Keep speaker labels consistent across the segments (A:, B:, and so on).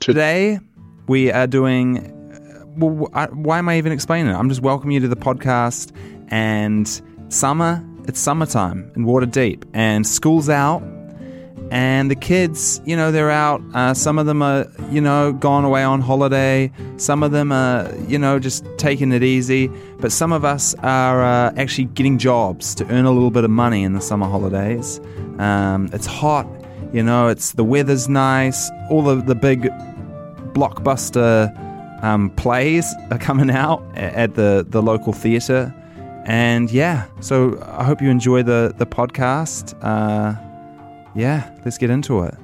A: Today, we are doing. Well, I, why am I even explaining it? I'm just welcoming you to the podcast. And summer, it's summertime in Water Deep, and school's out. And the kids, you know, they're out. Uh, some of them are, you know, gone away on holiday. Some of them are, you know, just taking it easy. But some of us are uh, actually getting jobs to earn a little bit of money in the summer holidays. Um, it's hot. You know, it's the weather's nice. All of the big blockbuster um, plays are coming out a- at the the local theatre, and yeah. So I hope you enjoy the the podcast. Uh, yeah, let's get into it.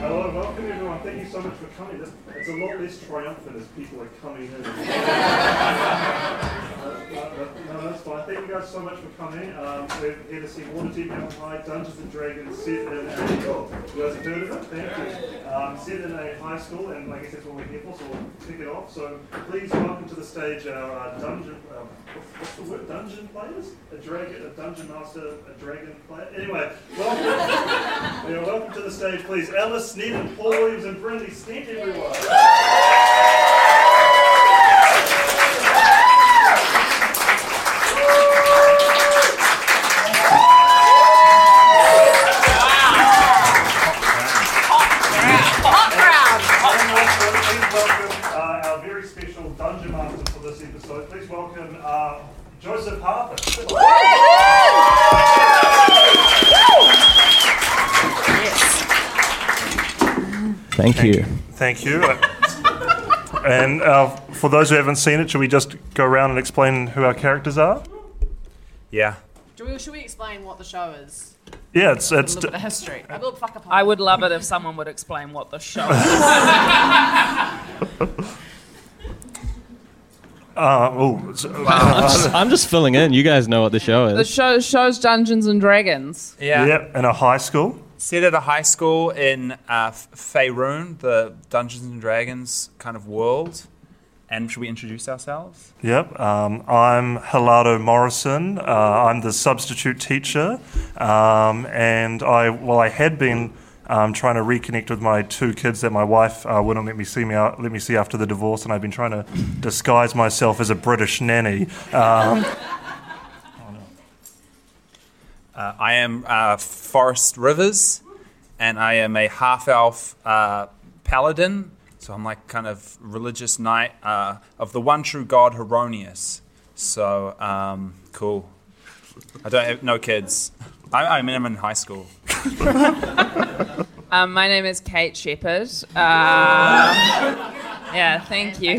B: Hello, welcome everyone. Thank you so much for coming. This, it's a lot less triumphant as people are coming in. no, no, that's fine. Thank you guys so much for coming. Um, we're here to see Waterdeep Mountain High Dungeons and Dragons set in a You guys have heard of it? Thank you. Um, set in a high school, and I guess that's what we're here for, so we'll kick it off. So please welcome to the stage our uh, dungeon. Um, what's- what's the word? Dungeon players? A dragon, a dungeon master, a dragon player? Anyway, welcome. We are welcome to the stage, please. Alice Sneed and Paul Williams and Brinley Sneed, everyone. And also, please welcome uh, our very special dungeon master for this episode. Please welcome uh, Joseph Harper.
C: Thank you.
B: Thank you. and uh, for those who haven't seen it, should we just go around and explain who our characters are?
A: Yeah.
D: Do we, should we explain what the show is?
B: Yeah, it's
D: A
B: it's
D: little bit of history. I will fuck up.
E: I would love it if someone would explain what the show is.
B: uh, oh, it's-
C: I'm just filling in. You guys know what the show
E: The
C: is.
E: show shows Dungeons and Dragons.
A: Yeah.
B: yeah, in a high school.
A: Set at a high school in uh, Faerun, the Dungeons and Dragons kind of world. And should we introduce ourselves?
B: Yep, um, I'm Hilado Morrison. Uh, I'm the substitute teacher, um, and I well, I had been um, trying to reconnect with my two kids that my wife uh, wouldn't let me see me out, let me see after the divorce, and I've been trying to disguise myself as a British nanny. Um,
A: Uh, I am uh, Forest Rivers, and I am a half elf uh, paladin. So I'm like kind of religious knight uh, of the one true god Heronius. So um, cool. I don't have no kids. I, I mean, I'm in high school.
E: Um, my name is Kate Shepherd. Uh, yeah, thank you.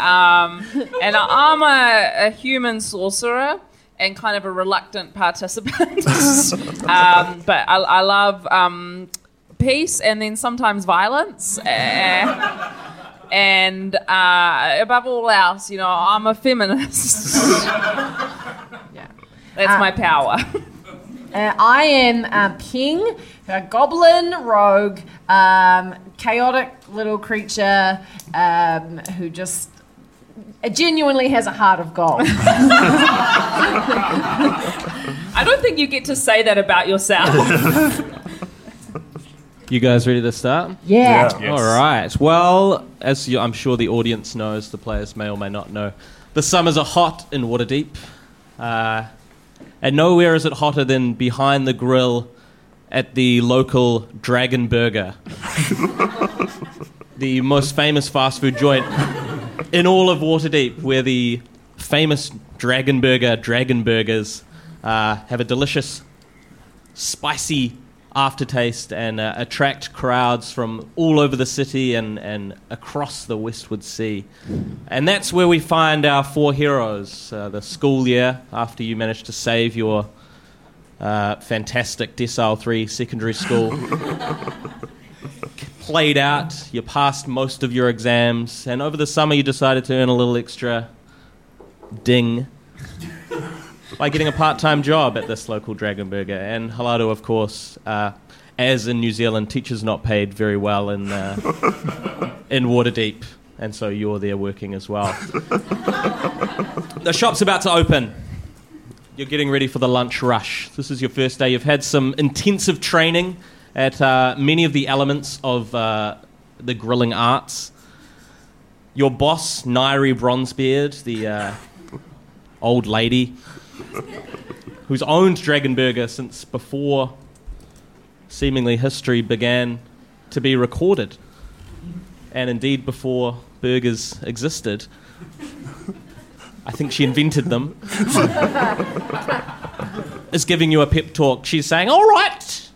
E: um, and I'm a, a human sorcerer and kind of a reluctant participant. um, but I, I love um, peace and then sometimes violence. Uh, and uh, above all else, you know, I'm a feminist. yeah, that's my power.
F: Uh, I am uh, Ping, a goblin rogue, um, chaotic little creature um, who just uh, genuinely has a heart of gold.
E: I don't think you get to say that about yourself.
C: You guys ready to start?
F: yeah.
C: All right. Well, as you, I'm sure the audience knows, the players may or may not know, the summers are hot in Waterdeep. Uh, and nowhere is it hotter than behind the grill at the local Dragon Burger, the most famous fast food joint in all of Waterdeep, where the famous Dragon Burger, Dragon Burgers, uh, have a delicious spicy aftertaste and uh, attract crowds from all over the city and, and across the Westward Sea. And that's where we find our four heroes uh, the school year, after you managed to save your uh, fantastic Decile 3 secondary school. Played out, you passed most of your exams, and over the summer you decided to earn a little extra ding by getting a part-time job at this local dragon burger and halado of course uh, as in new zealand teachers not paid very well in, uh, in waterdeep and so you're there working as well the shop's about to open you're getting ready for the lunch rush this is your first day you've had some intensive training at uh, many of the elements of uh, the grilling arts your boss nairi bronzebeard the uh, old lady who's owned Dragonburger since before seemingly history began to be recorded, and indeed before burgers existed. I think she invented them. is giving you a pep talk. She's saying, All right,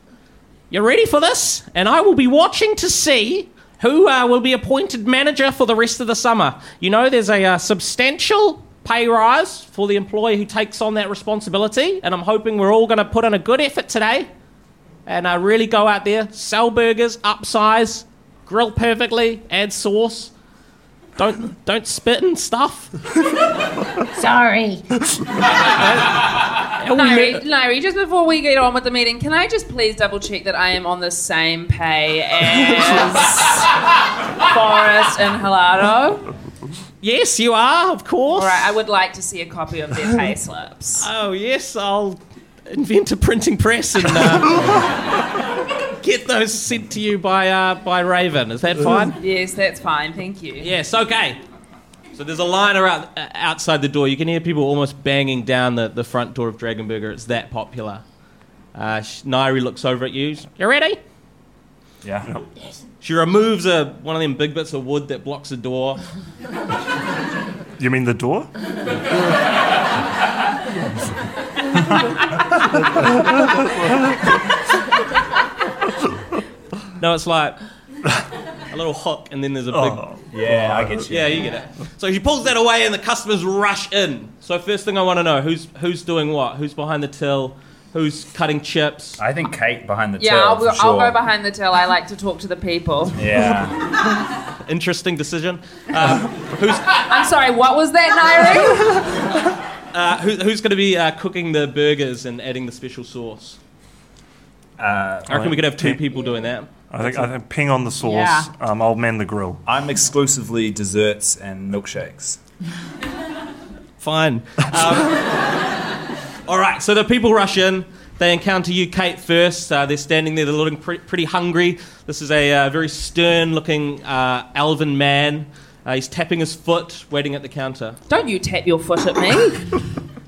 C: you're ready for this? And I will be watching to see who uh, will be appointed manager for the rest of the summer. You know, there's a uh, substantial pay rise for the employee who takes on that responsibility, and I'm hoping we're all going to put in a good effort today and uh, really go out there, sell burgers, upsize, grill perfectly, add sauce. Don't don't spit and stuff.
F: Sorry.
C: And we
E: Larry,
C: met-
E: Larry, just before we get on with the meeting, can I just please double check that I am on the same pay as Forrest and Halado?
C: yes, you are, of course.
E: All right, I would like to see a copy of their pay slips.
C: Oh yes, I'll invent a printing press and uh, get those sent to you by uh, by Raven. Is that fine?
E: Yes, that's fine. Thank you.
C: Yes, okay. So there's a line around, uh, outside the door. You can hear people almost banging down the, the front door of Dragonburger. It's that popular. Uh, sh- Nairi looks over at you. You ready?
G: Yeah.
C: She removes a, one of them big bits of wood that blocks the door.
H: You mean the door?
C: No, it's like a little hook, and then there's a big.
I: Oh, Yeah, I get you.
C: Yeah, you get it. So she pulls that away, and the customers rush in. So first thing I want to know who's who's doing what? Who's behind the till? Who's cutting chips?
I: I think Kate behind the
E: Yeah,
I: till.
E: I'll,
I: for
E: go- I'll
I: sure.
E: go behind the till. I like to talk to the people.
I: Yeah.
C: Interesting decision. Uh, who's
E: I'm sorry, what was that, Nairi?
C: Uh, who, who's going to be uh, cooking the burgers and adding the special sauce?
I: Uh,
C: I reckon we could have two people doing that.
H: I think I think ping on the sauce.
E: Yeah.
H: Um, I'll man the grill.
I: I'm exclusively desserts and milkshakes.
C: Fine. Um, all right, so the people rush in. They encounter you, Kate, first. Uh, they're standing there, they're looking pre- pretty hungry. This is a uh, very stern looking uh, elven man. Uh, he's tapping his foot, waiting at the counter.
E: Don't you tap your foot at me.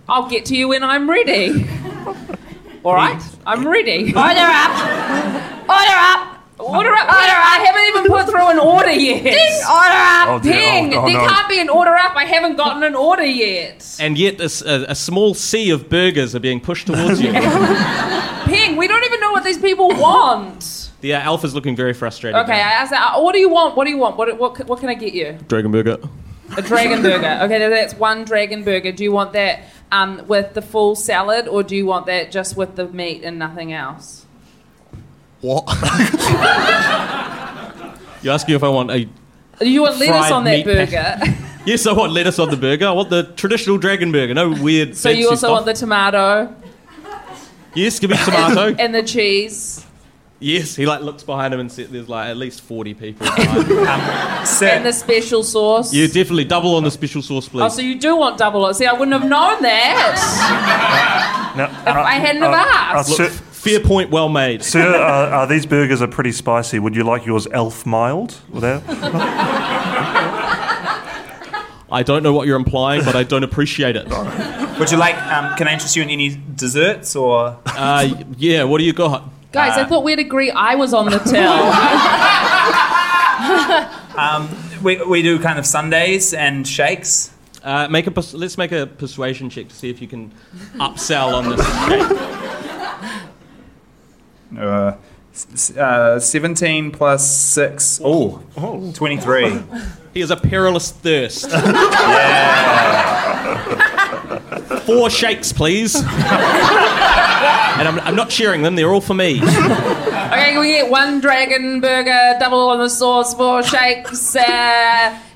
E: I'll get to you when I'm ready. All right, I'm ready.
F: Order up. Order up.
E: Order up! Order I haven't even put through an order yet.
F: Order up.
H: Oh, dear.
E: Ping!
H: Oh, oh,
E: there
H: no.
E: can't be an order up. I haven't gotten an order yet.
C: And yet, a, s- a- a small sea of burgers are being pushed towards you.
E: Ping! We don't even know what these people want.
C: the uh, elf is looking very frustrated.
E: Okay, I asked that. What do you want? What do you want? What what, c- what can I get you?
C: Dragon burger.
E: A dragon burger. Okay, now that's one dragon burger. Do you want that um, with the full salad, or do you want that just with the meat and nothing else?
B: What?
C: You ask me if I want a.
E: You want lettuce
C: Fried
E: on that
C: meat
E: burger.
C: Yes, I want lettuce on the burger. I want the traditional dragon burger. No weird.
E: so you
C: fancy
E: also
C: stuff.
E: want the tomato
C: Yes, give me tomato.
E: and the cheese
C: yes, he like looks behind him and says, "There's like at least forty people." behind him.
E: and the special sauce.
C: yeah, definitely double on the special sauce, please.
E: Oh, so you do want double it. See, I wouldn't have known that.
H: No,
E: I hadn't
C: Oh,
E: have asked.
C: Look, fair point, well made.
H: uh, Sir, uh, uh, these burgers are pretty spicy. Would you like yours elf mild? Well, there-
C: I don't know what you're implying, but I don't appreciate it.
I: Would you like? Um, can I interest you in any desserts or?
C: Uh, y- yeah, what do you got?
E: Guys, I thought we'd agree I was on the till.
I: We, we do kind of sundaes and shakes.
C: Uh, make a pers- let's make a persuasion check to see if you can upsell on this. shake.
A: Uh,
I: S- Uh, Seventeen plus six. Oh, 23.
C: He has a perilous thirst. Four shakes, please. and I'm, I'm not sharing them; they're all for me.
E: okay, can we get one dragon burger, double on the sauce, four shakes, uh,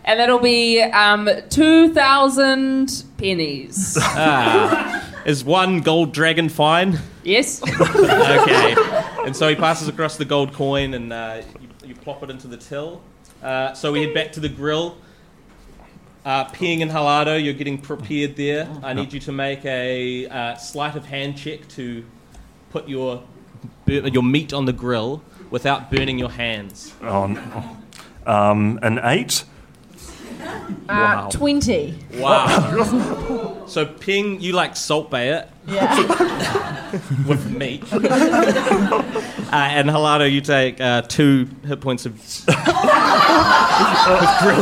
E: and that'll be um, 2,000 pennies.
C: Is one gold dragon fine?
E: Yes?
C: okay. And so he passes across the gold coin and uh, you, you plop it into the till. Uh, so we head back to the grill. Uh, Ping and Halado, you're getting prepared there. I need you to make a uh, sleight of hand check to put your bur- your meat on the grill without burning your hands.
H: oh, no. um, an eight?
E: Uh,
C: wow.
F: 20.
C: Wow. so Ping, you like salt bay it. With meat. uh, and Halado, you take uh, two hit points of, of, grill,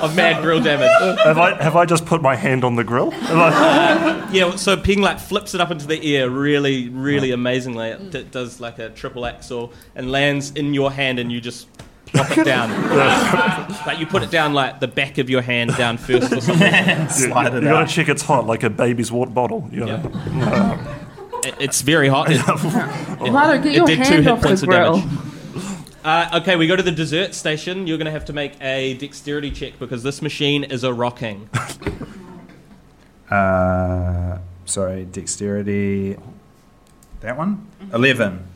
C: of mad grill damage.
H: Have I, have I just put my hand on the grill? Have I-
C: Yeah, so Ping like flips it up into the air really, really amazingly. It d- does like a triple axel and lands in your hand and you just plop it down. like you put it down like the back of your hand down first or something.
I: Slide
H: you
I: it
H: gotta
I: out.
H: check it's hot, like a baby's water bottle. You
C: Yeah.
H: know.
C: It- It's very hot. It-
E: Milo, get your
C: it did
E: hand
C: two hit
E: off
C: points
E: the
C: of
E: grill.
C: damage. Uh, okay, we go to the dessert station. You're going to have to make a dexterity check because this machine is a rocking.
I: Uh, sorry, dexterity. That one? 11.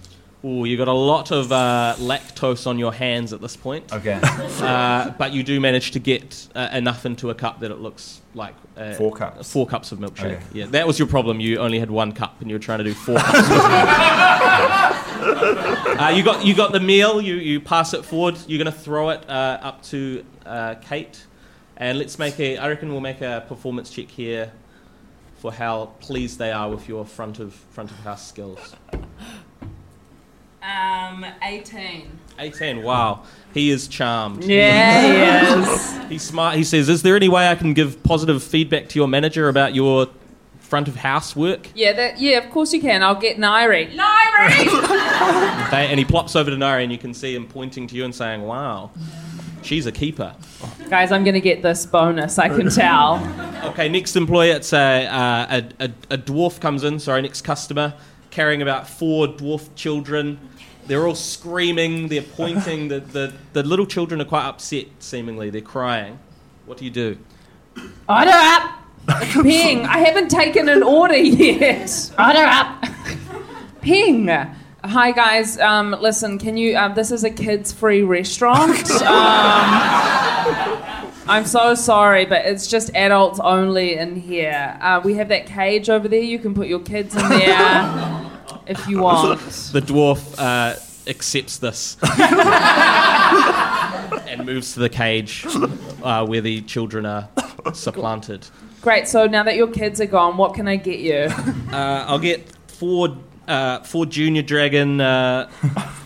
C: Ooh, you got a lot of uh, lactose on your hands at this point,
I: Okay.
C: uh, but you do manage to get uh, enough into a cup that it looks like uh,
I: Four cups. Oh,
C: Four cups of milkshake.
I: Okay.
C: Yeah, that was your problem. You only had one cup, and you were trying to do four. cups. uh, you got you got the meal. You you pass it forward. You're gonna throw it uh, up to uh, Kate, and let's make a. I reckon we'll make a performance check here. For how pleased they are with your front of front of house skills.
E: Um, 18.
C: 18. Wow, he is charmed.
E: Yeah, yes.
C: He's smart. He says, "Is there any way I can give positive feedback to your manager about your front of house work?"
E: Yeah, that, yeah, of course you can. I'll get Nairi. Nairi!
C: They, and he plops over to Nari, and you can see him pointing to you and saying, "Wow, she's a keeper."
E: Guys, I'm going to get this bonus, I can tell.
C: Okay, next employee, it's a, uh, a, a, a dwarf comes in, sorry, next customer, carrying about four dwarf children. They're all screaming, they're pointing. The, the, the little children are quite upset, seemingly. They're crying. What do you do?
E: Order up! Ping, I haven't taken an order yet. Order up! Ping! Hi, guys. Um, listen, can you. Um, this is a kids free restaurant. Um, I'm so sorry, but it's just adults only in here. Uh, we have that cage over there. You can put your kids in there if you want.
C: The dwarf uh, accepts this and moves to the cage uh, where the children are supplanted.
E: Great. So now that your kids are gone, what can I get you?
C: Uh, I'll get four uh, four junior dragon uh,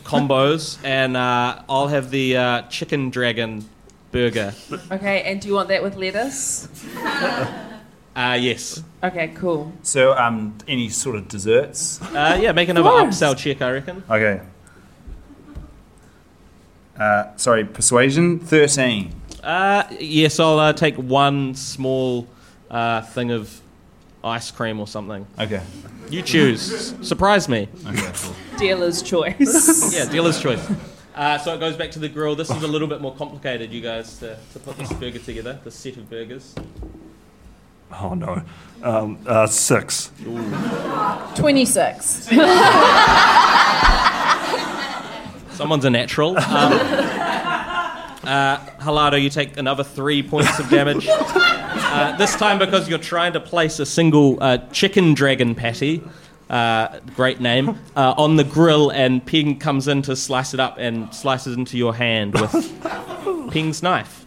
C: combos, and uh, I'll have the uh, chicken dragon burger.
E: Okay. And do you want that with lettuce?
C: Uh, yes.
E: Okay. Cool.
I: So, um, any sort of desserts?
C: Uh, yeah, make another
E: course.
C: upsell check, I reckon.
I: Okay. Uh, sorry, persuasion 13.
C: Uh, yes, I'll uh, take one small uh, thing of. ice cream or something.
I: Okay.
C: You choose. Surprise me.
I: Okay, cool.
E: Dealer's choice.
C: Yeah, dealer's choice. Uh, so it goes back to the grill. This is a little bit more complicated, you guys, to, to put this burger together, this set of burgers.
H: Oh no. Um, uh, six.
F: 26.
C: Someone's a natural. Um, uh, Halado, you take another three points of damage. Uh, this time because you're trying to place a single uh, chicken dragon patty, uh, great name, uh, on the grill, and Ping comes in to slice it up and slices into your hand with Ping's knife.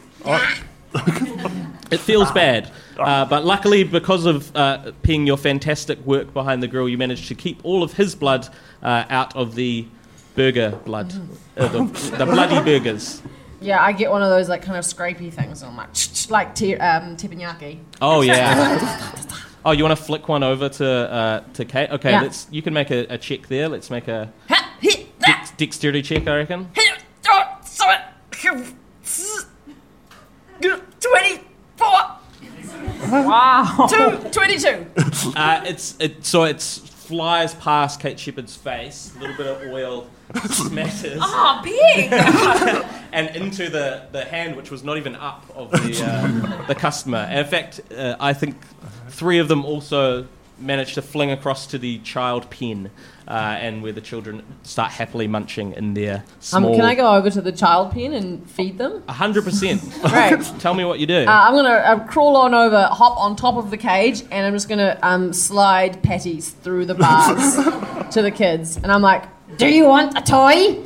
C: It feels bad, uh, but luckily, because of uh, Ping, your fantastic work behind the grill, you managed to keep all of his blood uh, out of the burger blood, uh, the, the bloody burgers.
F: Yeah, I get one of those like kind of scrapey things, and I'm like, "Ch-ch-ch," like te- um, teppanyaki.
C: Oh yeah. Oh, you want to flick one over to uh, to Kate? Okay,
F: Yeah.
C: let's. You can make a, a check there. Let's make a
F: Ha, he, that,
C: dex- dexterity check. I reckon.
F: he, oh, sorry, he, s- g- 24,
E: wow.
F: two, 22.
C: Uh, it's it, so it's flies past Kate Shepherd's face. A little bit of oil smatters
E: Oh, pig.
C: and into the, the hand, which was not even up of the uh, the customer. And in fact, uh, I think three of them also managed to fling across to the child pen, uh, and where the children start happily munching in their
F: Um,
C: small.
F: can I go over to the child pen and feed them?
C: hundred percent.
F: Right.
C: Tell me what you do.
F: Uh, I'm gonna uh, crawl on over, hop on top of the cage, and I'm just gonna um, slide patties through the bars to the kids. And I'm like, "Do you want a toy?"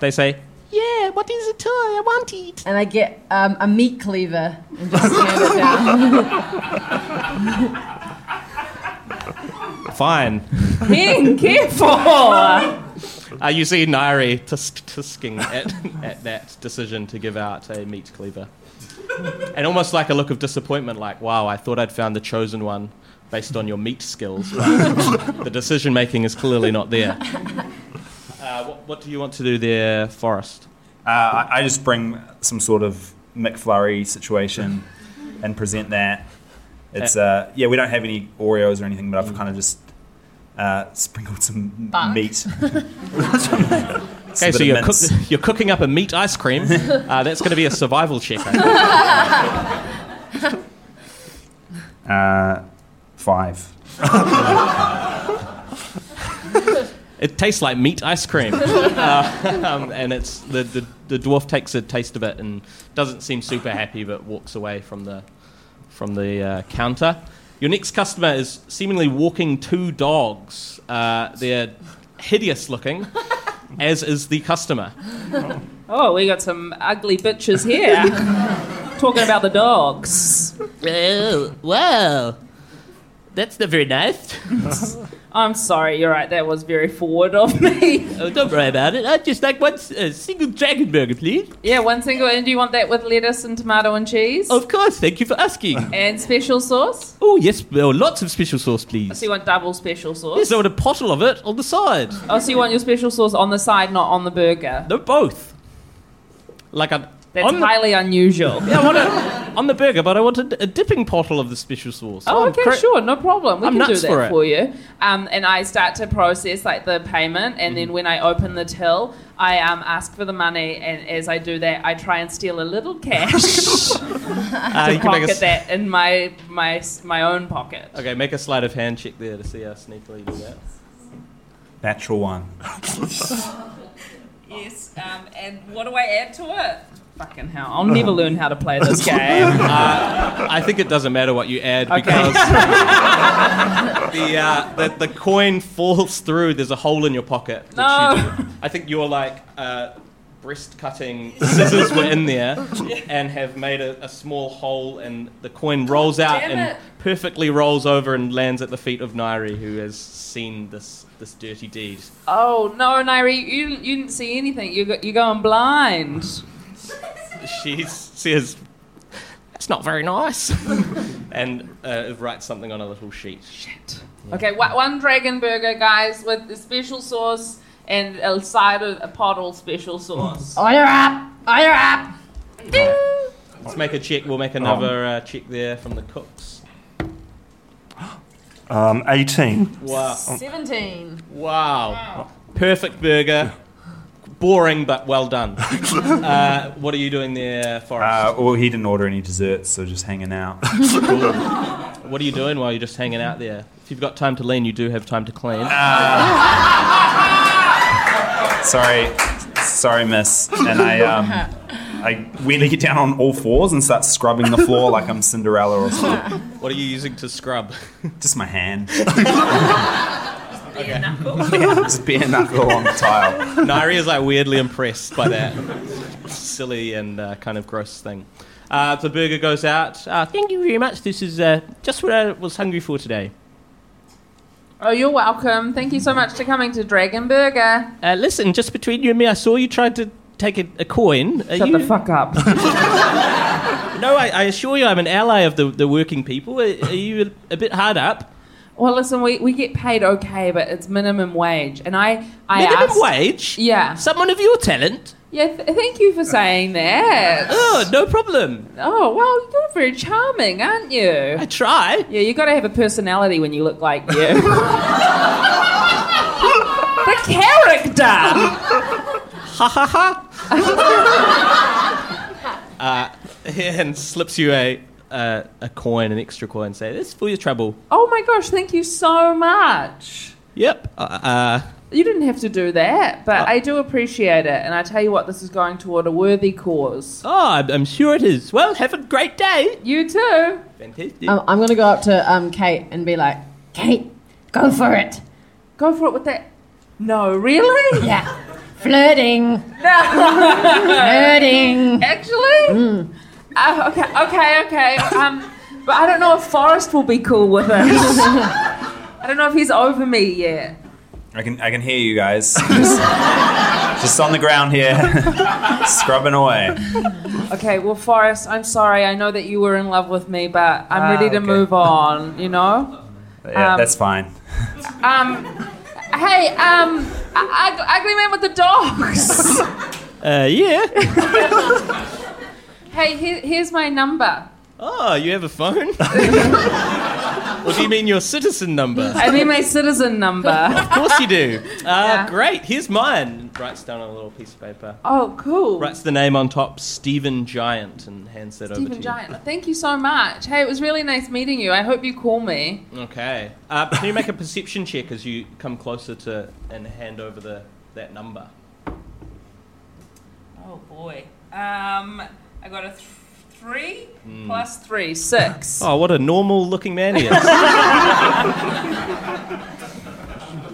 C: they say,
J: Yeah, what is a toy? I want it.
F: And I get um, a meat cleaver and just slam it down.
C: fine.
E: Being careful.
C: Uh, you see Nairi tisk- tisking at, at that decision to give out a meat cleaver. And almost like a look of disappointment, like, wow, I thought I'd found the chosen one based on your meat skills. but the decision making is clearly not there. Uh, what, what do you want to do there, Forrest?
I: Uh, I, I just bring some sort of McFlurry situation and present that. It's uh, yeah, we don't have any Oreos or anything, but I've kind of just uh, sprinkled some
F: Bark.
I: meat.
C: Okay, so you're, cook- you're cooking up a meat ice cream. Uh, that's going to be a survival check. I think.
I: uh, five.
C: It tastes like meat ice cream. um, and it's the, the, the dwarf takes a taste of it and doesn't seem super happy, but walks away from the from the uh, counter. Your next customer is seemingly walking two dogs. Uh, they're hideous looking, as is the customer.
E: Oh, we got some ugly bitches here. Talking about the dogs.
C: Oh, wow, that's not very nice.
E: I'm sorry, you're right, that was very forward of me.
C: Oh, don't worry about it. I'd just like one uh, single dragon burger, please.
E: Yeah, one single, and do you want that with lettuce and tomato and cheese?
C: Of course, thank you for asking.
E: And special sauce?
C: Oh yes, well, lots of special sauce, please.
E: So you want double special sauce?
C: Yes, I want a pottle of it on the side.
E: Oh, so you want your special sauce on the side, not on the burger?
C: No, both. Like a
E: That's
C: on the,
E: highly unusual.
C: yeah, I want a, on the burger, but I want a, a dipping pottle of the special sauce.
E: Oh,
C: I'm
E: okay,
C: cra-
E: sure, no problem. We
C: I'm
E: can do
C: nuts
E: that
C: for
E: for,
C: it.
E: you. Um, and I start to process like the payment, and
C: Mm-hmm.
E: then when I open the till, I um, ask for the money, and as I do that, I try and steal a little cash,
C: Uh, you can make a,
E: pocket
C: s-
E: that in my my my own pocket.
C: okay, make a sleight of hand check there to see how sneakily you do that.
I: Natural one.
E: Yes, um, and what do I add to it? Fucking hell! I'll never learn how to play this game.
C: I think it doesn't matter what you add
E: Okay.
C: because the, uh, the the coin falls through. There's a hole in your pocket. which you
E: No.
C: didn't- I think you're like. Uh, Breast cutting scissors were in there and have made a, a small hole, and the coin rolls out
E: Damn
C: and
E: it.
C: perfectly rolls over and lands at the feet of Nairi, who has seen this this dirty deed.
E: oh no, Nairi, you you didn't see anything. You go, you're going blind.
C: She says, "That's not very nice," and uh, writes something on a little sheet.
E: Okay, wha- one dragon burger, guys, with the special sauce and a side of a pottle special
C: Oh.
E: sauce.
F: Order up, order up. Ding.
C: Let's make a check. We'll make another uh, check there from the cooks.
H: Um, 18.
C: Wow.
F: 17.
C: Wow. Perfect burger. Boring, but well done. uh, what are you doing there, Forrest?
I: Uh, well, he didn't order any desserts, so just hanging out.
C: what are you doing while you're just hanging out there? If you've got time to lean, you do have time to clean.
I: sorry, sorry, miss. And I, um, I went to get down on all fours and start scrubbing the floor like I'm Cinderella or something.
C: what are you using to scrub?
I: Just my hand. Yeah, just bare knuckle on the tile.
C: Nairi is like weirdly impressed by that silly and uh, kind of gross thing. Uh, the burger goes out. Uh, thank you very much. This is uh, just what I was hungry for today.
E: Oh, you're welcome. Thank you so much for coming to Dragon Burger.
C: Uh, listen, just between you and me, I saw you tried to take a, a coin. Are
E: Shut
C: you,
E: the fuck up.
C: No, I, I assure you, I'm an ally of the, the working people. Are, are you a, a bit hard up?
E: well, listen, we, we get paid okay, but it's minimum wage. And I, I
C: Minimum
E: asked-
C: wage?
E: Yeah.
C: Someone of your talent?
E: Yeah, th- thank you for saying that.
C: Oh, no problem.
E: Oh, well, you're very charming, aren't you?
C: I try.
E: Yeah, you gotta have a personality when you look like you. the character!
C: Ha ha ha. uh, and slips you a, uh, a coin, an extra coin. Say, this is for your trouble.
E: Oh my gosh, thank you so much.
C: Yep. Uh, uh,
E: You didn't have to do that, but I do appreciate it. And I tell you what, this is going toward a worthy cause.
C: oh, I'm, I'm sure it is. Well, have a great day.
E: You too.
C: Fantastic.
F: Um, I'm going to go up to um, Kate and be like, Kate, go for it.
E: Go for it with that. No, really?
F: Yeah. Flirting. Flirting.
E: Actually? Oh, okay, okay, okay. Um, but I don't know if Forrest will be cool with it. I don't know if he's over me yet.
I: I can, I can hear you guys. Just, just on the ground here, scrubbing away.
E: Okay, well, Forrest, I'm sorry. I know that you were in love with me, but I'm ready to
I: okay.
E: move on, you know?
I: Yeah,
E: Um,
I: that's fine.
E: Um, hey, um, ug- ugly man with the dogs.
C: Uh, yeah.
E: hey, he- here's my number.
C: Oh, you have a phone? What do you mean your citizen number?
E: I mean, my citizen number.
C: Of course you do. Uh,
E: Yeah.
C: Great. Here's mine. Writes down on a little piece of paper.
E: Oh, cool.
C: Writes the name on top, Stephen Giant, and hands that over to
E: Stephen
C: you.
E: Giant, thank you so much. Hey, it was really nice meeting you. I hope you call me.
C: Okay. Uh, can you make a perception check as you come closer to and hand over the that number?
E: Oh boy. Um, I got a th- three
C: Hmm.
E: plus three, six.
C: Oh, what a normal looking man he is.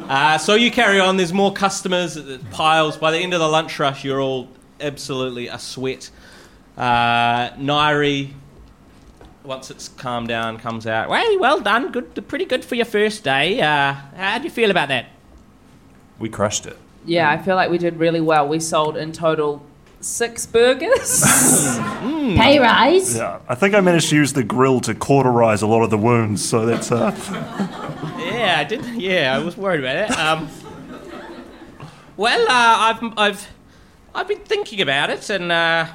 C: uh, so you carry on. There's more customers, uh, piles. By the end of the lunch rush, you're all absolutely a sweat. Uh, Nairi, once it's calmed down, comes out. Hey, well done. Good, pretty good for your first day. Uh, how do you feel about that?
I: We crushed it.
E: Yeah, I feel like we did really well. We sold in total six burgers.
F: Pay rise.
H: Yeah, I think I managed to use the grill to cauterize a lot of the wounds, so that's uh,
C: Yeah, I did. Yeah, I was worried about it. Um, well, uh, I've, I've, I've been thinking about it, and uh,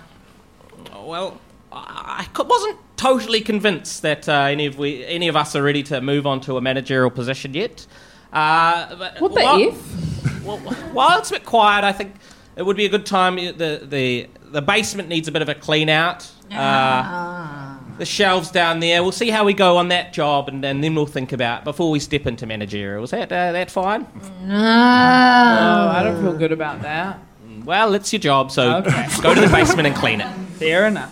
C: well, I I wasn't totally convinced that uh, any of we, any of us, are ready to move on to a managerial position yet. Uh, but
E: what the
C: while-
E: F?
C: well, while it's a bit quiet, I think it would be a good time. The the the basement needs a bit of a clean out. Uh, the shelves down there. We'll see how we go on that job, and, and then we'll think about before we step into managerial. Is that uh, that fine?
E: Oh, I don't feel good about that.
C: Well, it's your job, so go to the basement and clean it.
E: Fair enough.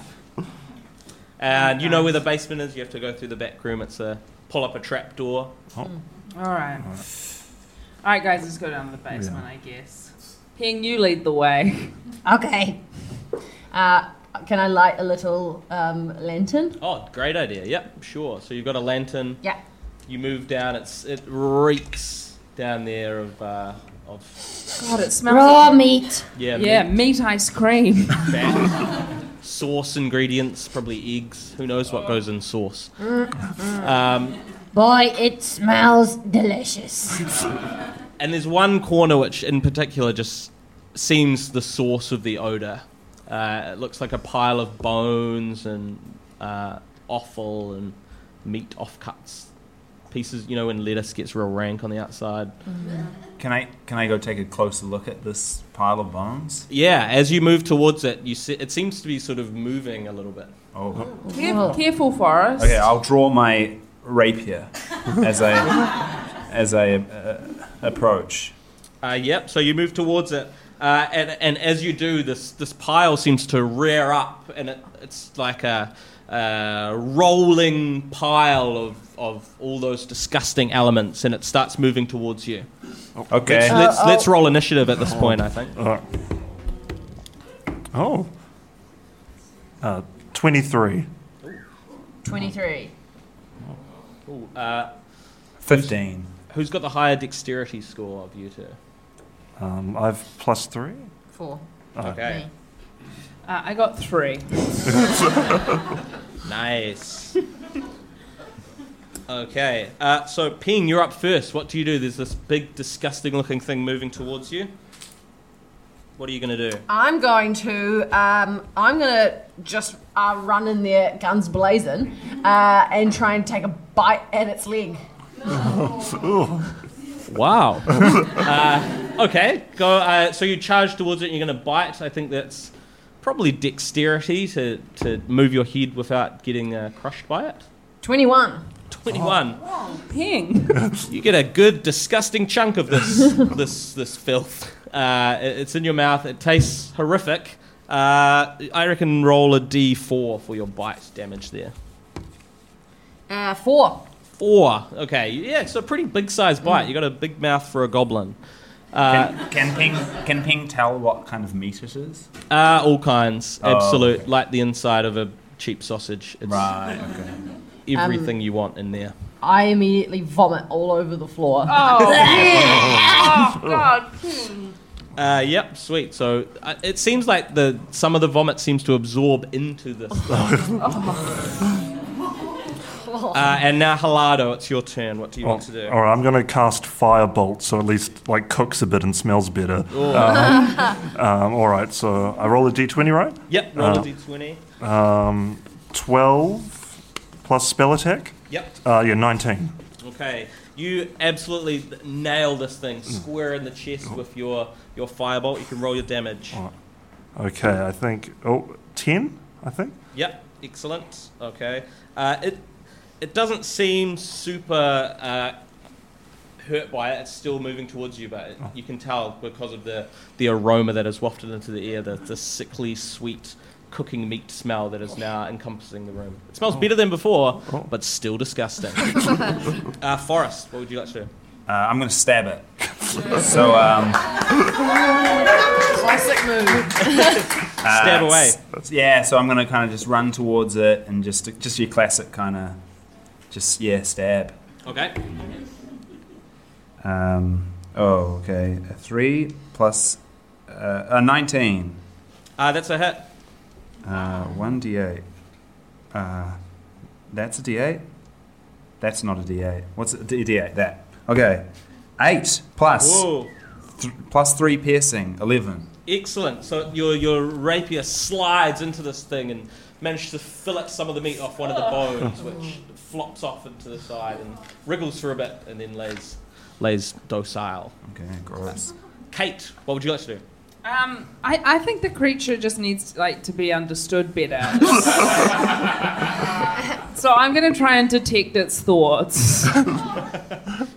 C: And you know where the basement is. You have to go through the back room. It's a pull up a trap door.
E: All right. All right, guys, let's go down to the basement, I guess. Ping, you lead the way.
F: Okay. Uh, can I light a little um, lantern?
C: Oh, great idea. Yep, sure. So you've got a lantern.
F: Yeah.
C: You move down. It's it reeks down there of uh, of
E: God, it smells.
F: Raw meat.
C: yeah
E: yeah, meat ice cream.
C: bad. sauce ingredients, probably eggs. Who knows what goes in sauce?
F: Boy, it smells delicious.
C: And there's one corner which, in particular, just seems the source of the odor. Uh, it looks like a pile of bones and uh, offal and meat offcuts pieces, you know, when lettuce gets real rank on the outside.
I: Can I can I go take a closer look at this pile of bones?
C: Yeah, as you move towards it, you see, it seems to be sort of moving a little bit.
I: Oh.
E: Careful, careful Forrest.
I: Okay, I'll draw my rapier as I as I uh, approach.
C: Uh, yep. So you move towards it, uh, and and as you do, this this pile seems to rear up, and it, it's like a, a rolling pile of of all those disgusting elements, and it starts moving towards you.
I: Okay.
C: So let's let's roll initiative at this point. I think.
G: Oh. Uh, 23.
F: 23.
C: Ooh, uh,
I: 15.
C: who's got the higher dexterity score of you two?
G: Um, I've plus three.
F: 4.
C: Okay.
E: Uh, I got three.
C: Nice. okay, uh, so Ping, you're up first. What do you do? There's this big, disgusting looking thing moving towards you. What are you going to do?
F: I'm going to, um, I'm going to just uh, run in there, guns blazing, uh, and try and take a bite at its leg.
C: Wow. uh, okay, go. Uh, so you charge towards it and you're going to bite. I think that's probably dexterity to, to move your head without getting uh, crushed by it.
F: 21.
C: 21.
E: Ping.
C: You get a good, disgusting chunk of this this this filth. Uh, it- it's in your mouth. It tastes horrific. Uh, I reckon roll a d4 for your bite damage there.
F: Uh, 4.
C: Four. Okay. Yeah, it's a pretty big sized bite. You got a big mouth for a goblin.
I: Can, can Ping can Ping tell what kind of meat it is?
C: Uh, all kinds.
I: Oh,
C: Absolute.
I: okay.
C: Like the inside of a cheap sausage. It's
I: Right. Okay.
C: everything you want in there.
F: I immediately vomit all over the floor.
E: Oh. God.
C: Uh, yep, sweet. So uh, it seems like the some of the vomit seems to absorb into this. uh, and now, Halado, it's your turn. What do you want to do?
G: Oh, All right, I'm going to cast Firebolt so at least like cooks a bit and smells better. Um, um, all right, so I roll a d20, right?
C: Yep, roll
G: Uh,
C: a d20.
G: Um, 12 plus spell attack.
C: Yep.
G: Uh, yeah, 19.
C: Okay, you absolutely nail this thing square in the chest
G: Oh.
C: with your your firebolt. You can roll your damage.
G: Okay, I think. Oh, 10, I think.
C: Yep, excellent. Okay, uh, it it doesn't seem super uh, hurt by it. It's still moving towards you, but it, you can tell because of the the aroma that is wafted into the air, the, the sickly sweet cooking meat smell that is now encompassing the room. It smells better than before, but still disgusting. uh, Forrest, what would you like to do?
I: Uh, I'm gonna stab it. so um,
F: Classic move.
C: Stab
I: Uh,
C: away.
I: s- Yeah, so I'm gonna kind of just run towards it and just just your classic kind of just yeah stab.
C: Okay.
I: Um, oh, okay, a three plus uh, a nineteen.
C: Uh, that's a hit.
I: Uh, one d8. Uh, that's a d8. That's not a d8. What's a d- d8? That. Okay, eight plus
C: Whoa.
I: th- plus three piercing, eleven.
C: Excellent. So your your rapier slides into this thing and manages to fillet some of the meat off one of the bones, which flops off into the side and wriggles for a bit, and then lays lays docile.
I: Okay, gross.
C: Kate, what would you like to do?
E: Um, I, I think the creature just needs like to be understood better. so I'm going to try and detect its thoughts.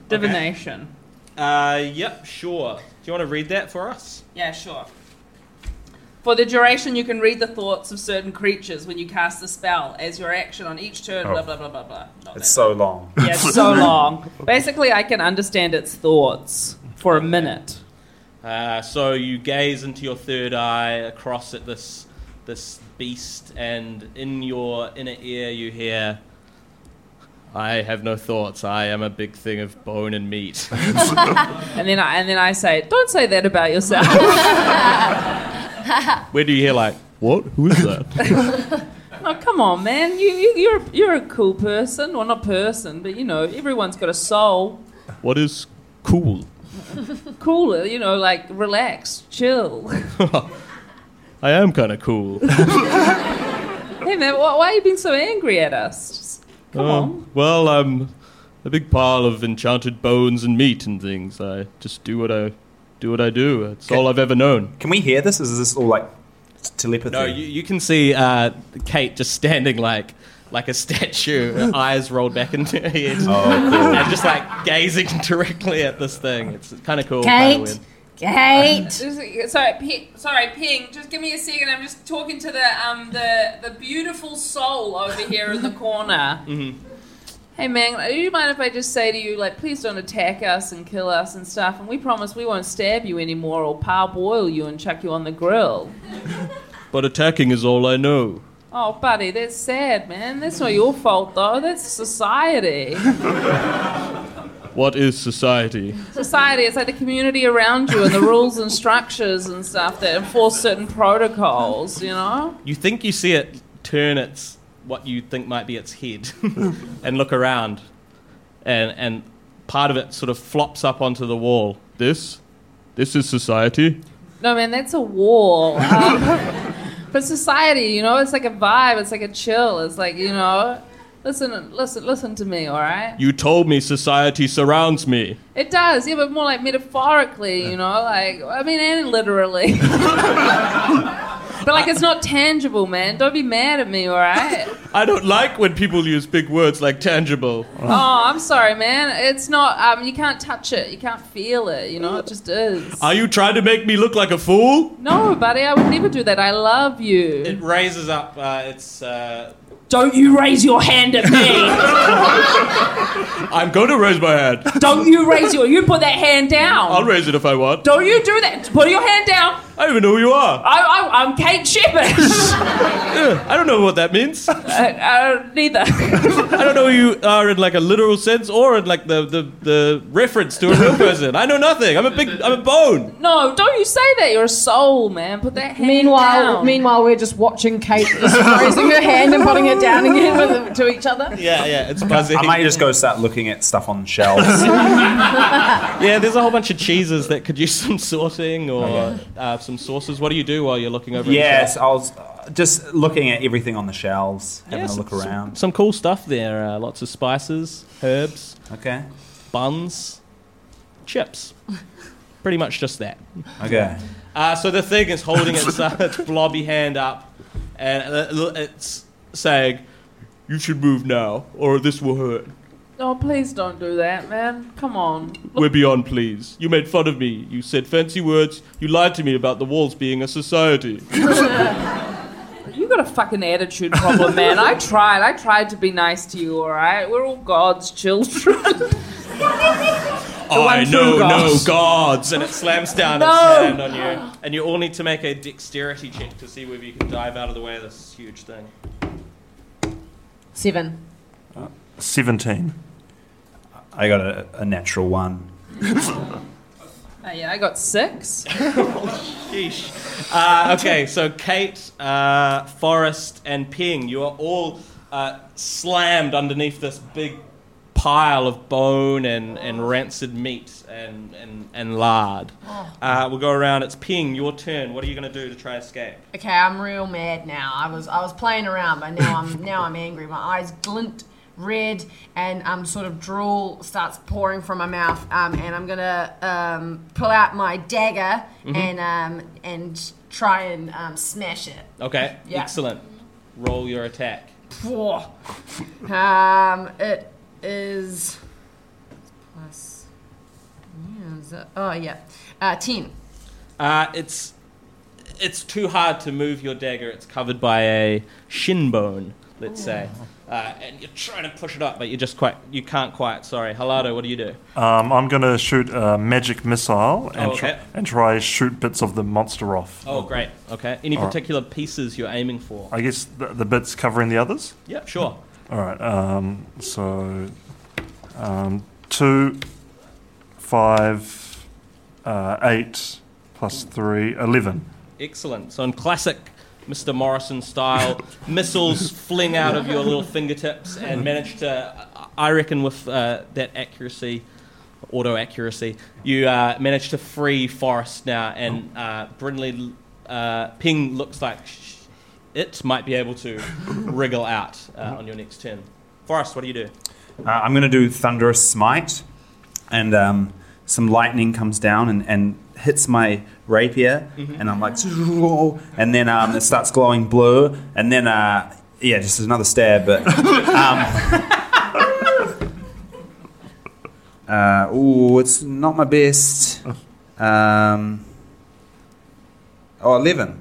E: Divination.
C: Uh, yep, sure. Do you want to read that for us?
E: Yeah, sure. For the duration, you can read the thoughts of certain creatures when you cast the spell as your action on each
I: Oh.
E: turn. Blah blah blah blah blah. Not
I: It's
E: that.
I: so long.
E: yeah, it's so long. Basically, I can understand its thoughts for a minute.
C: Uh, so you gaze into your third eye across at this this beast, and in your inner ear you hear, "I have no thoughts. I am a big thing of bone and meat."
E: And then I and then I say, "Don't say that about yourself."
C: Where do you hear like what? Who is that?
E: Oh come on, man! You, you you're you're a cool person. Well, not person, but you know, everyone's got a soul.
C: what is cool?
E: Cooler, you know, like relax, chill.
C: I am kind of cool.
E: hey man, why, why are you being so angry at us? Just, come on.
C: Well, um, a big pile of enchanted bones and meat and things. I just do what I do. What I do. It's all I've ever known.
I: Can we hear this? Is this all like telepathy?
C: No, you, you can see uh, Kate just standing like like a statue, her eyes rolled back into her head, and just like gazing directly at this thing. It's kind of cool. kinda
F: Kate.
C: weird.
F: Kate.
E: Just- Sorry, P- sorry, Ping. Just give me a second. I'm just talking to the um the the beautiful soul over here in the corner. Hey, man, do you mind if I just say to you, like, please don't attack us and kill us and stuff? And we promise we won't stab you anymore or parboil you and chuck you on the grill.
C: But attacking is all I know.
E: Oh, buddy, that's sad, man. That's not your fault though. That's society.
C: What is society?
E: society is like the community around you and the rules and structures and stuff that enforce certain protocols. You know.
C: You think you see it turn its what you think might be its head and look around, and and part of it sort of flops up onto the wall. This, this is society.
E: No, man, that's a wall. Um, but society, you know, it's like a vibe. It's like a chill. It's like you know, listen, listen, listen to me, all right?
C: You told me society surrounds me.
E: It does, yeah, but more like metaphorically, you know, like I mean, and literally. but like, it's not tangible, man. Don't be mad at me, all right?
C: I don't like when people use big words like tangible.
E: Oh, I'm sorry, man. It's not. Um, you can't touch it. You can't feel it. You know, it just is.
C: Are you trying to make me look like a fool?
E: No, buddy, I would never do that. I love you.
C: It raises up. Uh, it's. Uh,
E: Don't you raise your hand at me.
C: I'm going to raise my hand.
E: Don't you raise your you put that hand down.
C: I'll raise it if I want.
E: Don't you do that. Put your hand down.
C: I don't even know who you are.
E: I, I, I'm Kate Shepherd.
C: I don't know what that means. I
E: uh, uh, neither.
C: don't know who you are in like a literal sense or in like the, the, the reference to a real person. I know nothing. I'm a big. I'm a bone.
E: No, don't you say that. You're a soul, man. Put that hand
F: Meanwhile,
E: down.
F: meanwhile, we're just watching Kate just raising her hand and putting it down again with, to each other.
C: Yeah, yeah. It's buzzing.
I: I might just go start looking at stuff on shelves.
C: Yeah, there's a whole bunch of cheeses that could use some sorting or uh, some sauces. What do you do while you're looking over? at the shelf?
I: yes, I was uh, just looking at everything on the shelves, having
C: Yeah,
I: a look
C: some- some-
I: around.
C: Some cool stuff there. Uh, lots of spices, herbs,
I: Okay.
C: buns, chips. Pretty much just that.
I: Okay.
C: Uh, so the thing is holding its, uh, its blobby hand up, and uh, l- it's saying, "You should move now, or this will hurt.
E: Oh, please don't do that, man. Come on.
C: We're beyond pleased. You made fun of me. You said fancy words. You lied to me about the walls being a society.
E: You got a fucking attitude problem, man. I tried. I tried to be nice to you, all right? We're all God's children.
C: I
E: true
C: know no
E: gods.
C: gods." And it slams down
E: No.
C: its hand on you, and you all need to make a dexterity check to see whether you can dive out of the way of this huge thing.
F: Seven.
H: 17.
I: I got a, a natural one.
E: Oh, yeah, I got six.
C: Yeesh. Uh, okay, so Kate, uh, Forrest, and Ping, you are all uh, slammed underneath this big pile of bone and, and rancid meat and, and, and lard. Uh, we'll go around. It's Ping, your turn. What are you going to do to try and escape?
F: Okay, I'm real mad now. I was I was playing around, but now I'm now I'm angry. My eyes glint red, and um, sort of drool starts pouring from my mouth. Um, and I'm gonna um, pull out my dagger and um, and try and um, smash it.
C: Okay,
F: Yeah.
C: excellent. Roll your attack.
F: Four. Um, it is plus. yeah, is it- Oh yeah, uh, ten.
C: Uh, it's it's too hard to move your dagger. It's covered by a shin bone, let's say. Uh, and you're trying to push it up, but you just quite you can't quite. Sorry, Halado, what do you do?
B: Oh.
H: Um, I'm going to shoot a magic missile and,
C: Oh, okay.
H: try, and try shoot bits of the monster off.
C: Oh, great. Okay. Any particular pieces you're aiming for?
H: I guess the, the bits covering the others.
C: Yep, sure.
H: All right. Um, so um, two, five, uh, eight, plus three, eleven.
C: Excellent. So in classic Mr. Morrison style, missiles fling out of your little fingertips and manage to, I I reckon, with uh, that accuracy, auto accuracy, you uh, manage to free Forrest now, and uh, Brindley uh, Ping looks like sh- it might be able to wriggle out uh, on your next turn. Forrest, what do you do?
I: Uh, I'm going to do Thunderous Smite, and um, some lightning comes down and, and hits my rapier, and I'm like, and then um, it starts glowing blue, and then, uh, yeah, just another stab, but. Um, uh, ooh, it's not my best. Um, oh, 11.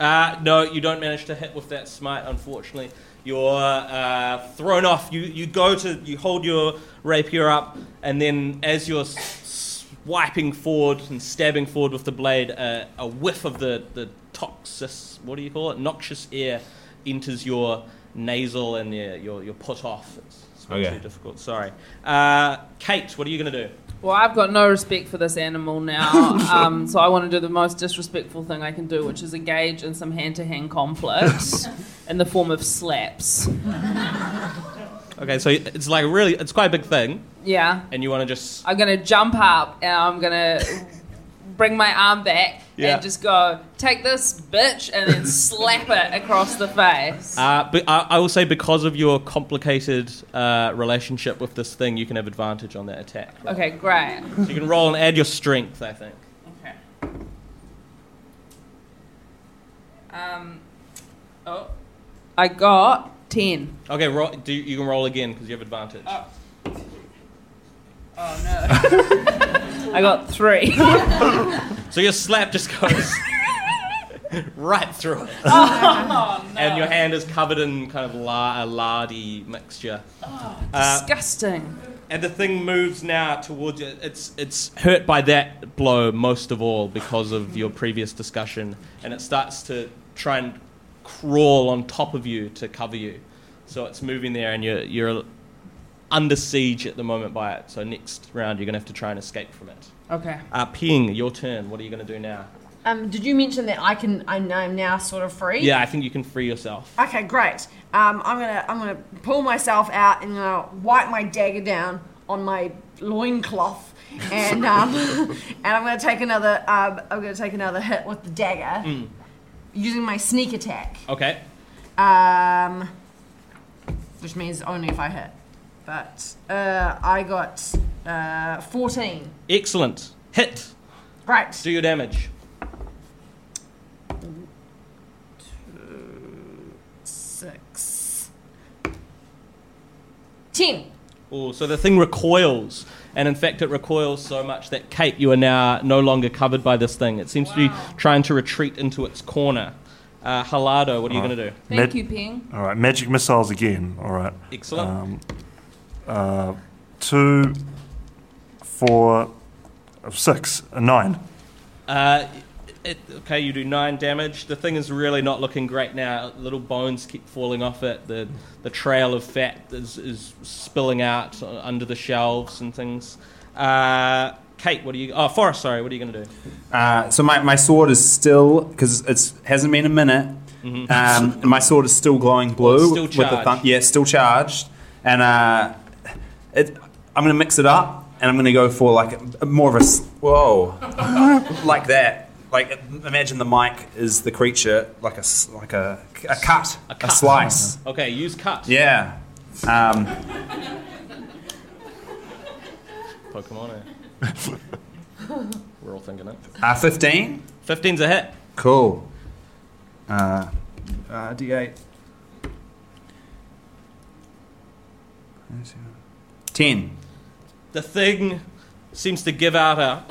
C: Uh, no, you don't manage to hit with that smite, unfortunately. You're uh, thrown off. You, you go to, you hold your rapier up, and then as you're s- swiping forward and stabbing forward with the blade, uh, a whiff of the, the toxic, what do you call it? Noxious air enters your nasal, and yeah, you're, you're put off. It's, it's way
I: Okay.
C: too difficult, sorry. Uh, Kate, what are you going to do?
E: Well, I've got no respect for this animal now, um, so I want to do the most disrespectful thing I can do, which is engage in some hand to hand conflict in the form of slaps.
C: Okay, so it's like really, it's quite a big thing,
E: Yeah.
C: and you want to just.
E: I'm going to jump up and I'm going to bring my arm back
C: Yeah.
E: and just go, take this bitch, and then slap it across the face.
C: Uh, but I, I will say, because of your complicated uh, relationship with this thing, you can have advantage on that attack.
E: Okay, great.
C: So you can roll and add your strength, I think.
E: Okay. Um, oh, I got 10.
C: Okay, roll, do, you can roll again because you have advantage.
E: Oh. Oh no. I got three.
C: So your slap just goes right through it.
E: Oh,
C: And your hand is covered in kind of la- a lardy mixture. Uh,
E: Disgusting.
C: And the thing moves now towards you. It's, it's hurt by that blow most of all because of your previous discussion. And it starts to try and crawl on top of you to cover you. So it's moving there, and you're, you're under siege at the moment by it. So next round, you're going to have to try and escape from it.
E: Okay.
C: Uh, Ping, your turn. What are you going to do now?
F: Um, did you mention that I can? I'm, I'm now sort of free.
C: Yeah, I think you can free yourself.
F: Okay, great. Um, I'm gonna I'm gonna pull myself out and uh, wipe my dagger down on my loincloth. and um, and I'm gonna take another um, I'm gonna take another hit with the dagger
C: Mm.
F: using my sneak attack.
C: Okay. Oh.
F: Um, which means only if I hit. But uh, I got uh, 14.
C: Excellent. Hit.
F: Right.
C: Do your damage.
F: Six. Ten.
C: Oh, so the thing recoils, and in fact, it recoils so much that Kate, you are now no longer covered by this thing. It seems to be trying to retreat into its corner. Uh, Halado, what are you going to do?
E: Thank
H: Med-
E: you, Ping.
H: All right, magic missiles again. All right.
C: Excellent.
H: Um, uh, two, four, six, nine.
C: Uh, it, okay, you do nine damage. The thing is really not looking great now. Little bones keep falling off it. The the trail of fat is, is spilling out uh, under the shelves and things. Uh, Kate, what are you? Oh, Forrest, sorry. What are you going to do?
I: Uh, so my, my sword is still because it hasn't been a minute. Um, and my sword is still glowing blue.
C: Mm-hmm. Well, it's still
I: thumb-
C: charged.
I: yeah, still charged. And uh, it, I'm gonna mix it up, and I'm gonna go for like a, more of a s- whoa, like that. Like imagine the mic is the creature, like a s- like a, a cut, a,
C: cut.
I: slice.
C: Okay, use cut.
I: Yeah. Um,
C: Pokemon. Eh? We're all thinking it.
I: uh, Fifteen.
C: 15's a hit.
I: Cool. Uh, uh, D8. Ten.
C: The thing seems to give out a.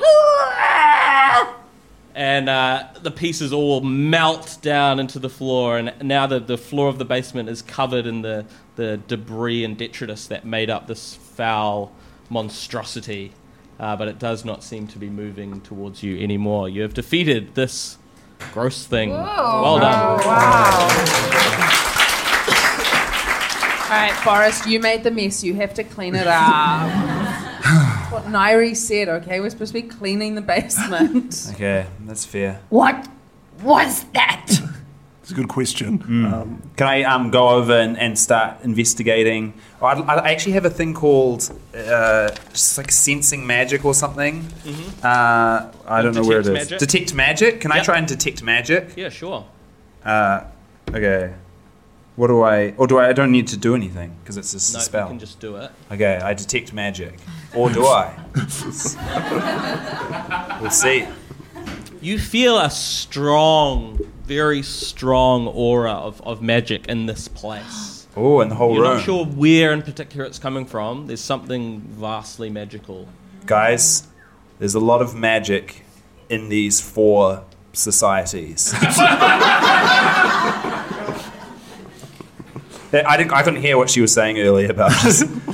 C: And uh, the pieces all melt down into the floor, and now the, the floor of the basement is covered in the, the debris and detritus that made up this foul monstrosity. Uh, but it does not seem to be moving towards you anymore. You have defeated this gross thing. Well done.
E: All right, Forrest, you made the mess. You have to clean it up. what Nairi said, okay? We're supposed to be cleaning the basement.
I: Okay, that's fair.
F: What was that?
G: It's a good question.
C: Mm.
I: Can I um, go over and, and start investigating? Oh, I'd, I actually have a thing called uh, just like sensing magic or something. Uh, I don't know where it is.
C: Detect magic?
I: Detect magic. Can I
C: Yep.
I: try and detect magic?
C: Yeah, sure.
I: Uh, okay. What do I? Or do I? I don't need to do anything because it's just
C: No,
I: a
C: you
I: spell.
C: can just do it.
I: Okay, I detect magic. Or do I? we'll see.
C: You feel a strong, very strong aura of, of magic in this place.
I: Oh, and the whole
C: You're
I: room.
C: not sure where in particular it's coming from. There's something vastly magical.
I: Guys, there's a lot of magic in these four societies. That- I, didn't, I couldn't hear what she was saying earlier about just, I'm,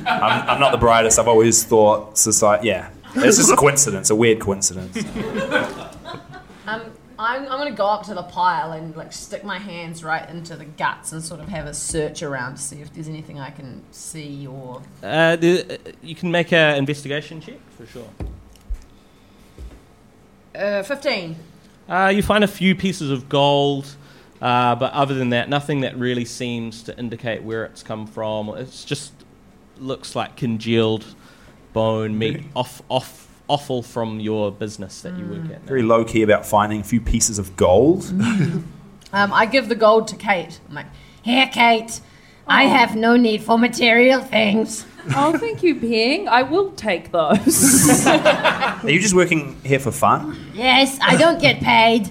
I: I'm not the brightest. I've always thought society. Yeah. It's just a coincidence, a weird coincidence.
F: Um, I'm, I'm going to go up to the pile and like stick my hands right into the guts and sort of have a search around to see if there's anything I can see or.
C: Uh, the, uh, you can make an investigation check for sure.
F: Uh, 15.
C: Uh, you find a few pieces of gold, uh, but other than that, nothing that really seems to indicate where it's come from. It's just looks like congealed bone meat off off offal from your business that you work at. now.
I: Very low key about finding a few pieces of gold.
C: Mm-hmm.
F: Um, I give the gold to Kate. I'm like, here, Kate, I have no need for material things.
E: Oh, thank you, Ping. I will take those.
I: Are you just working here for fun?
F: Yes, I don't get paid.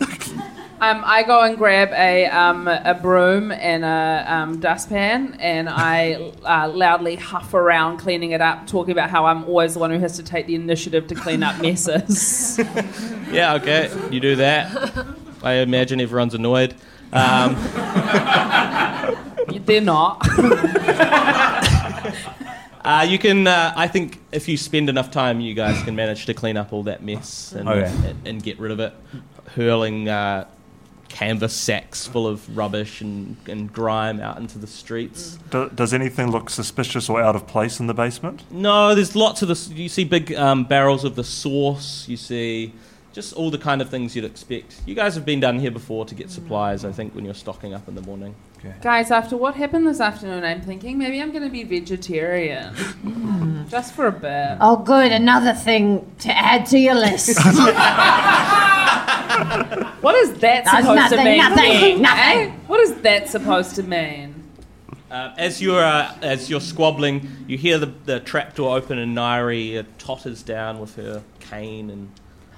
E: Um, I go and grab a, um, a broom and a um, dustpan, and I uh, loudly huff around cleaning it up, talking about how I'm always the one who has to take the initiative to clean up messes.
C: Yeah, okay, you do that. I imagine everyone's annoyed. Um,
E: They're not.
C: uh, you can, uh, I think, if you spend enough time, you guys can manage to clean up all that mess and,
I: Okay.
C: and, and get rid of it. Hurling uh, canvas sacks full of rubbish and, and grime out into the streets.
H: Do, does anything look suspicious or out of place in the basement?
C: No, there's lots of this. You see big um, barrels of the sauce. You see just all the kind of things you'd expect. You guys have been down here before to get supplies, I think, when you're stocking up in the morning.
E: Guys, after what happened this afternoon, I'm thinking maybe I'm going to be vegetarian.
F: Hmm.
E: Just for a bit.
F: Oh, good, another thing to add to your list.
E: What is that
F: That's
E: supposed to
F: nothing,
E: mean?
F: nothing,
E: Ping,
F: nothing.
E: eh? What is that supposed to mean?
C: Uh, as you're uh, as you're squabbling, you hear the, the trapdoor open and Nairi uh, totters down with her cane and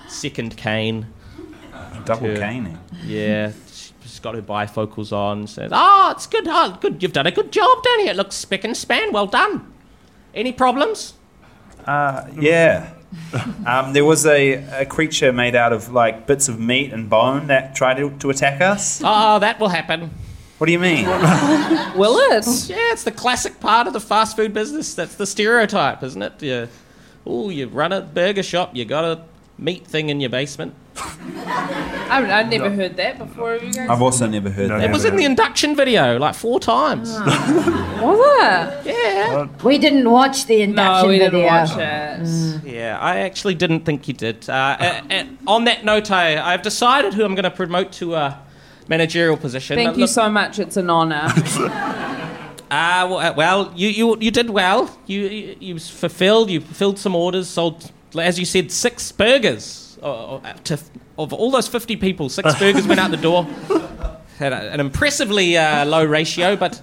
C: second cane.
I: Double
C: Yeah.
I: caning.
C: Yeah, she's got her bifocals on. Says, "Oh, it's good. Oh, good. You've done a good job down here. It looks spick and span. Well done. Any problems?"
I: Yeah. Um, there was a, a creature made out of like bits of meat and bone that tried to, to attack us.
C: Oh, that will happen.
I: What do you mean?
E: Will it?
C: Yeah, it's the classic part of the fast food business. That's the stereotype, isn't it? You, oh, you run a burger shop. You got a meat thing in your basement.
E: I, I've never heard that before. Have you guys?
I: I've also never heard
H: No,
I: that.
C: It was in the induction video like four times.
I: Oh.
E: Was it?
C: Yeah.
F: we didn't watch the induction
E: No, we
F: video. Mm.
E: didn't watch it.
C: Yeah, I actually didn't think you did. Uh, a- a- on that note, I, I've decided who I'm going to promote to a managerial position.
E: Thank
C: Uh,
E: you
C: look-
E: so much. It's an honor.
C: Ah, w- uh, well, you, you you did well. You you, you s- fulfilled. You fulfilled some orders. Sold, as you said, six burgers. Oh, oh, uh, to, of all those fifty people, six burgers went out the door. Had a- an impressively uh, low ratio, but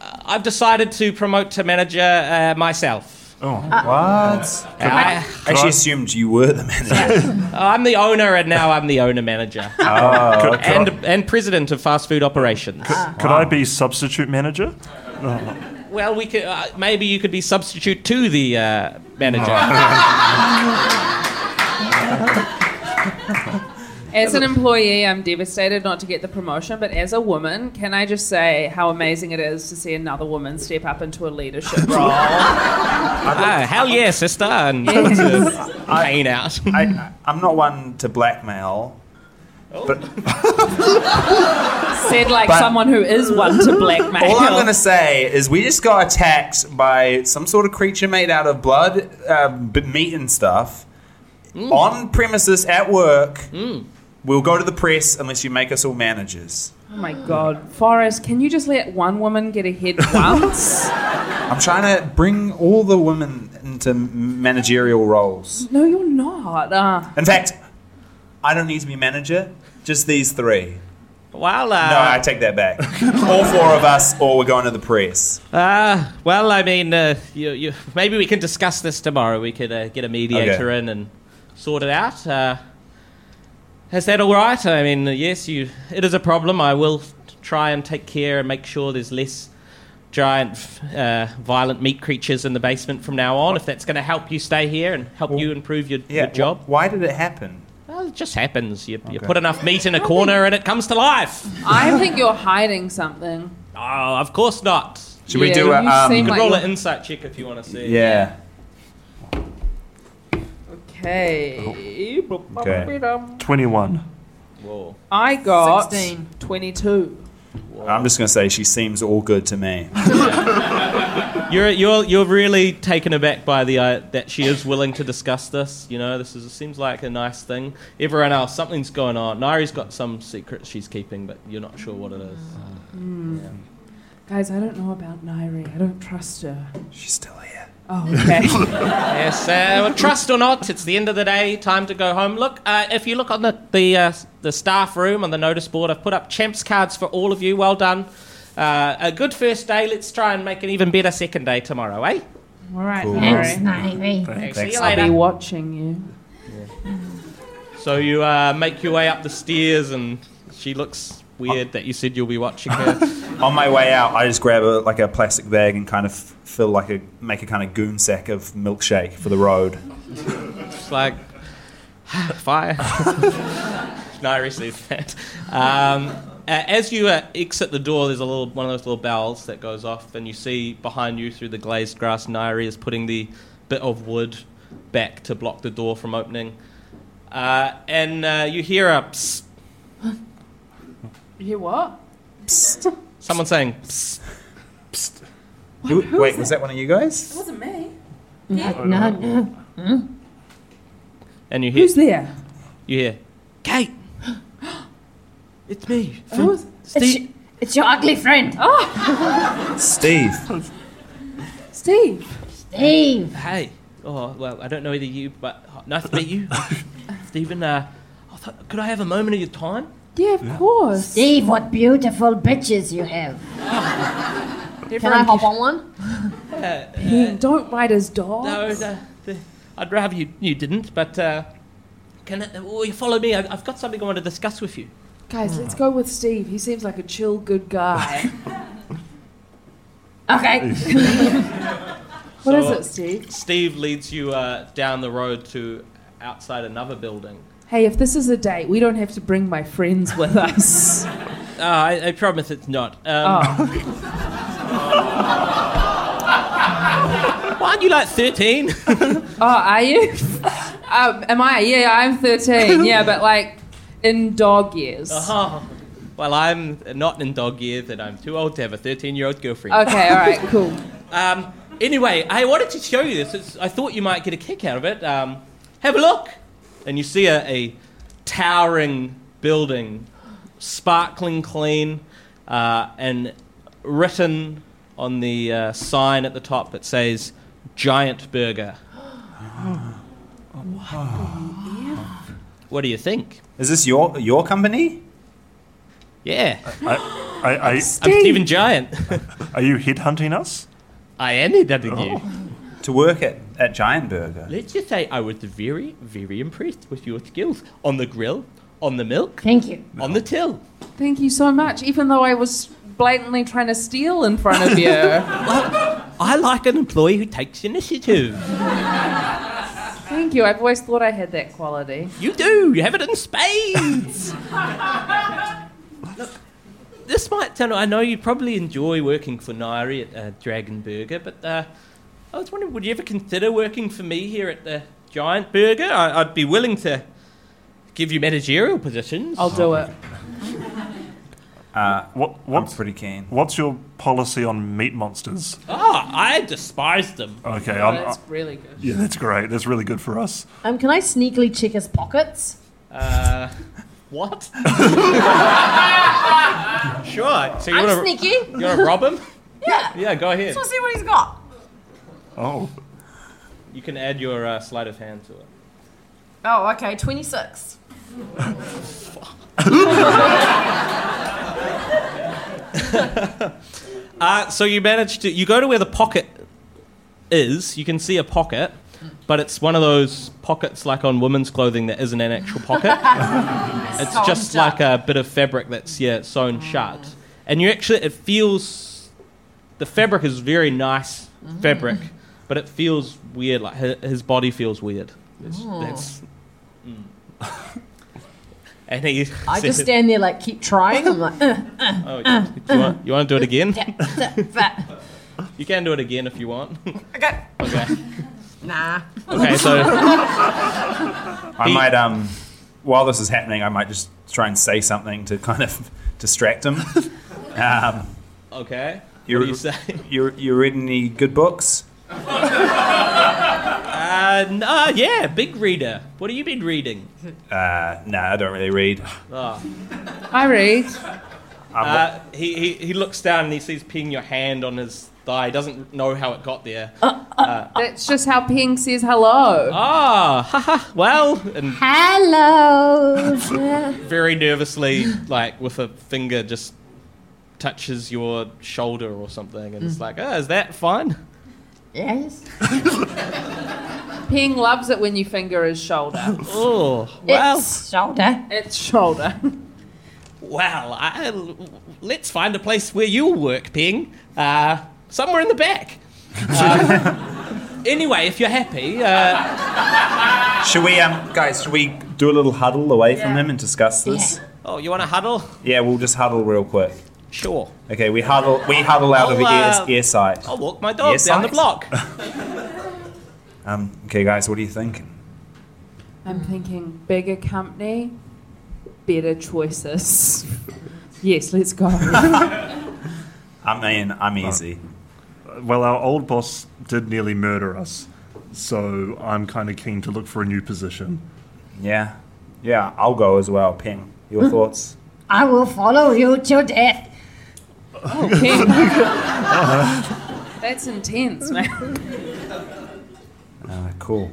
C: uh, I've decided to promote to manager uh, myself.
I: What?
C: I,
I: Uh, I actually assumed you were the manager.
C: I'm the owner, and now I'm the owner manager.
I: oh, okay.
C: and and president of fast food operations.
H: Could I be substitute manager?
C: Well, we could uh, maybe you could be substitute to the uh, manager.
E: As an employee, I'm devastated not to get the promotion, but as a woman, can I just say how amazing it is to see another woman step up into a leadership role?
C: Ah, hell yeah, sister, and put the cane out.
I: I, I- I'm not one to blackmail. But
E: Said like
I: But-
E: someone who is one to blackmail.
I: all I'm going to say is we just got attacked by some sort of creature made out of blood, uh, b- meat, and stuff on premises at work. We'll go to the press unless you make us all managers.
E: oh my god, Forrest, can you just let one woman get ahead once?
I: I'm trying to bring all the women into managerial roles.
E: no, you're not. Uh,
I: In fact, I don't need to be manager, just these three.
C: Well, uh,
I: No, I take that back. All four of us, or we're going to the press.
C: Ah, well, I mean, uh, you, you, maybe we can discuss this tomorrow. We could uh, get a mediator
I: Okay.
C: in and sort it out. Uh, is that all right? I mean, yes, you. It is a problem. I will try and take care and make sure there's less giant, f- uh, violent meat creatures in the basement from now on. If that's going to help you stay here and help you improve your, your
I: wh-
C: job,
I: Why did it happen?
C: well, it just happens. You, you put enough meat in a corner and it comes to life.
E: I think you're hiding something.
C: Oh, of course not.
I: Should we
E: Yeah,
I: do a
E: you
I: um,
E: seem
C: You can
E: like-
C: roll an insight check if you want to see.
I: yeah?
E: Okay.
I: Okay.
G: 21.
C: Whoa.
E: I got
F: 16.
E: 22.
I: I'm just gonna say she seems all good to me.
C: You're you're you're really taken aback by the uh, that she is willing to discuss this. You know, this is it seems like a nice thing. Everyone else, something's going on. Nari's got some secret she's keeping, but you're not sure what it is.
E: Guys, I don't know about Nairi. I don't trust her.
I: She's still here.
E: Oh, okay.
C: Yes, uh, well, trust or not, it's the end of the day. Time to go home. Look, uh, if you look on the the, uh, the staff room on the notice board, I've put up champs cards for all of you. Well done. Uh, a good first day. Let's try and make an even better second day tomorrow, eh?
E: All right,
I: Cool.
E: Nairi.
C: See you
I: Thanks.
C: later.
E: I'll be watching you.
C: So you uh, make your way up the stairs, and she looks weird that you said you'll be watching her.
I: On my way out, I just grab a, like a plastic bag and kind of fill like a make a kind of goon sack of milkshake for the road.
C: It's like fire. no, I received that. Um, a- as you uh, exit the door, there's a little one of those little bells that goes off, and you see behind you through the glazed grass, Nairi is putting the bit of wood back to block the door from opening, uh, and uh, you hear a psst,
E: You hear what?
C: someone saying psst.
I: Who- Wait, was that one of you guys?
E: wasn't me.
J: No, no.
C: and you hear
E: Who's there?
C: you hear Kate. it's me.
E: Who's?
J: It's, it's your ugly friend.
E: Oh.
I: Steve.
E: Steve.
J: Steve.
C: Hey. Oh, well, I don't know either you, but nice to meet you. Stephen, uh, I thought, could I have a moment of your time?
E: Yeah, of course.
J: Steve, what beautiful bitches you have.
F: Can I hop on one?
E: Ping, don't ride his dog.
C: No, no, th- I'd rather you, you didn't, but uh, can I, will you follow me? I've, I've got something I want to discuss with you.
E: Guys, let's go with Steve. He seems like a chill, good guy.
J: Okay.
E: What is
C: So-
E: it, Steve?
C: Steve leads you uh, down the road to outside another building.
E: Hey, if this is a date, we don't have to bring my friends with us.
C: Uh, I, I promise it's not. Um,
E: Oh,
C: Why aren't you like 13?
E: oh are you? um, am I? Yeah, I'm 13. Yeah, but like in dog years.
C: oh, well, I'm not in dog years, and I'm too old to have a 13 year old girlfriend.
E: Okay, all right, cool.
C: Um, anyway, I wanted to show you this. It's, I thought you might get a kick out of it. Um, have a look. And you see a, a towering building, sparkling clean, uh, and written on the uh, sign at the top that says Giant Burger. What do you think?
I: Is this your your company?
C: Yeah,
G: I, I,
C: I'm Stephen Giant.
G: are you headhunting us?
C: I am headhunting you.
I: To work at, at Giant Burger.
C: Let's just say I was very, very impressed with your skills on the grill, on the milk,
J: Thank you.
C: on the till.
E: Thank you so much, even though I was blatantly trying to steal in front of you.
C: I like an employee who takes initiative.
E: Thank you. I've always thought I had that quality.
C: You do. You have it in spades. Look, this might sound. I know you probably enjoy working for Nairi at uh, Dragon Burger, but uh, I was wondering, would you ever consider working for me here at the Giant Burger? I, I'd be willing to give you managerial positions.
F: Oh.
E: I'll do it.
G: What,
I: I'm
G: what's,
I: pretty keen.
G: what's your policy on meat monsters?
C: Ah, I despise them.
G: Okay, I'm, I-
E: That's really good.
G: yeah, that's great. That's really good for us.
F: Um, can I sneakily check his pockets?
C: Uh, what? sure. So you
F: I'm
C: want to
F: sneaky.
C: you want to rob him?
F: Yeah.
C: Yeah, go ahead.
F: Let's see what he's got.
G: Oh,
C: You can add your uh, sleight of hand to it.
F: Oh, okay, 26.
C: Uh, so you manage to you go to where the pocket is. You can see a pocket, but it's one of those pockets like on women's clothing that isn't an actual pocket. it's
E: Sewn
C: just
E: shut.
C: like a bit of fabric that's yeah sewn shut, and you actually it feels the fabric is very nice
F: Mm-hmm.
C: fabric, but it feels weird. Like his, his body feels weird. It's-
F: Oh.
C: that's- mm. and he
F: I just
C: said-
F: stand there like keep trying. I'm like, "Uh,
C: oh, do you, want, you want to do it again?
F: that, that.
C: You can do it again if you want.
F: Okay.
C: okay.
F: Nah.
C: Okay, so
I: I might um, while this is happening, I might just try and say something to kind of distract him. Um,
C: Okay.
I: You're-
C: what do you say?
I: you you read any good books?
C: Uh, nah, yeah, big reader. What have you been reading?
I: Uh, no, I don't really read.
C: Oh.
E: I read.
C: Uh, he, he, he looks down and he sees Ping your hand on his thigh. He doesn't know how it got there.
E: That's just how Ping says hello.
C: Ah, ha ha. well, and
F: Hello.
C: very nervously, like with a finger, just touches your shoulder or something, and it's like, oh, is that fine?
F: yes.
E: Ping loves it when you finger his shoulder.
C: Oh, well,
F: It's shoulder.
E: It's shoulder.
C: well, I, let's find a place where you'll work, Ping. Uh, somewhere in the back. Uh, anyway, if you're happy, uh,
I: Should we, um, guys? Should we do a little huddle away from him and discuss this?
C: Oh, you want to huddle?
I: Yeah, we'll just huddle real quick.
C: Sure.
I: Okay, we huddle. We huddle out of
C: I'll,
I: ear,
C: uh,
I: ear sight.
C: I'll walk my dog
I: Yes,
C: down
I: I-
C: the block.
I: Um, okay, guys, what do you think?
E: I'm thinking bigger company, better choices. Yes, let's go.
I: I mean, I'm easy.
B: Well, our old boss did nearly murder us, so I'm kind of keen to look for a new position.
I: Yeah, yeah, I'll go as well. Ping, your thoughts?
F: I will follow you till death.
E: Ping. That's intense, man.
I: Uh, cool.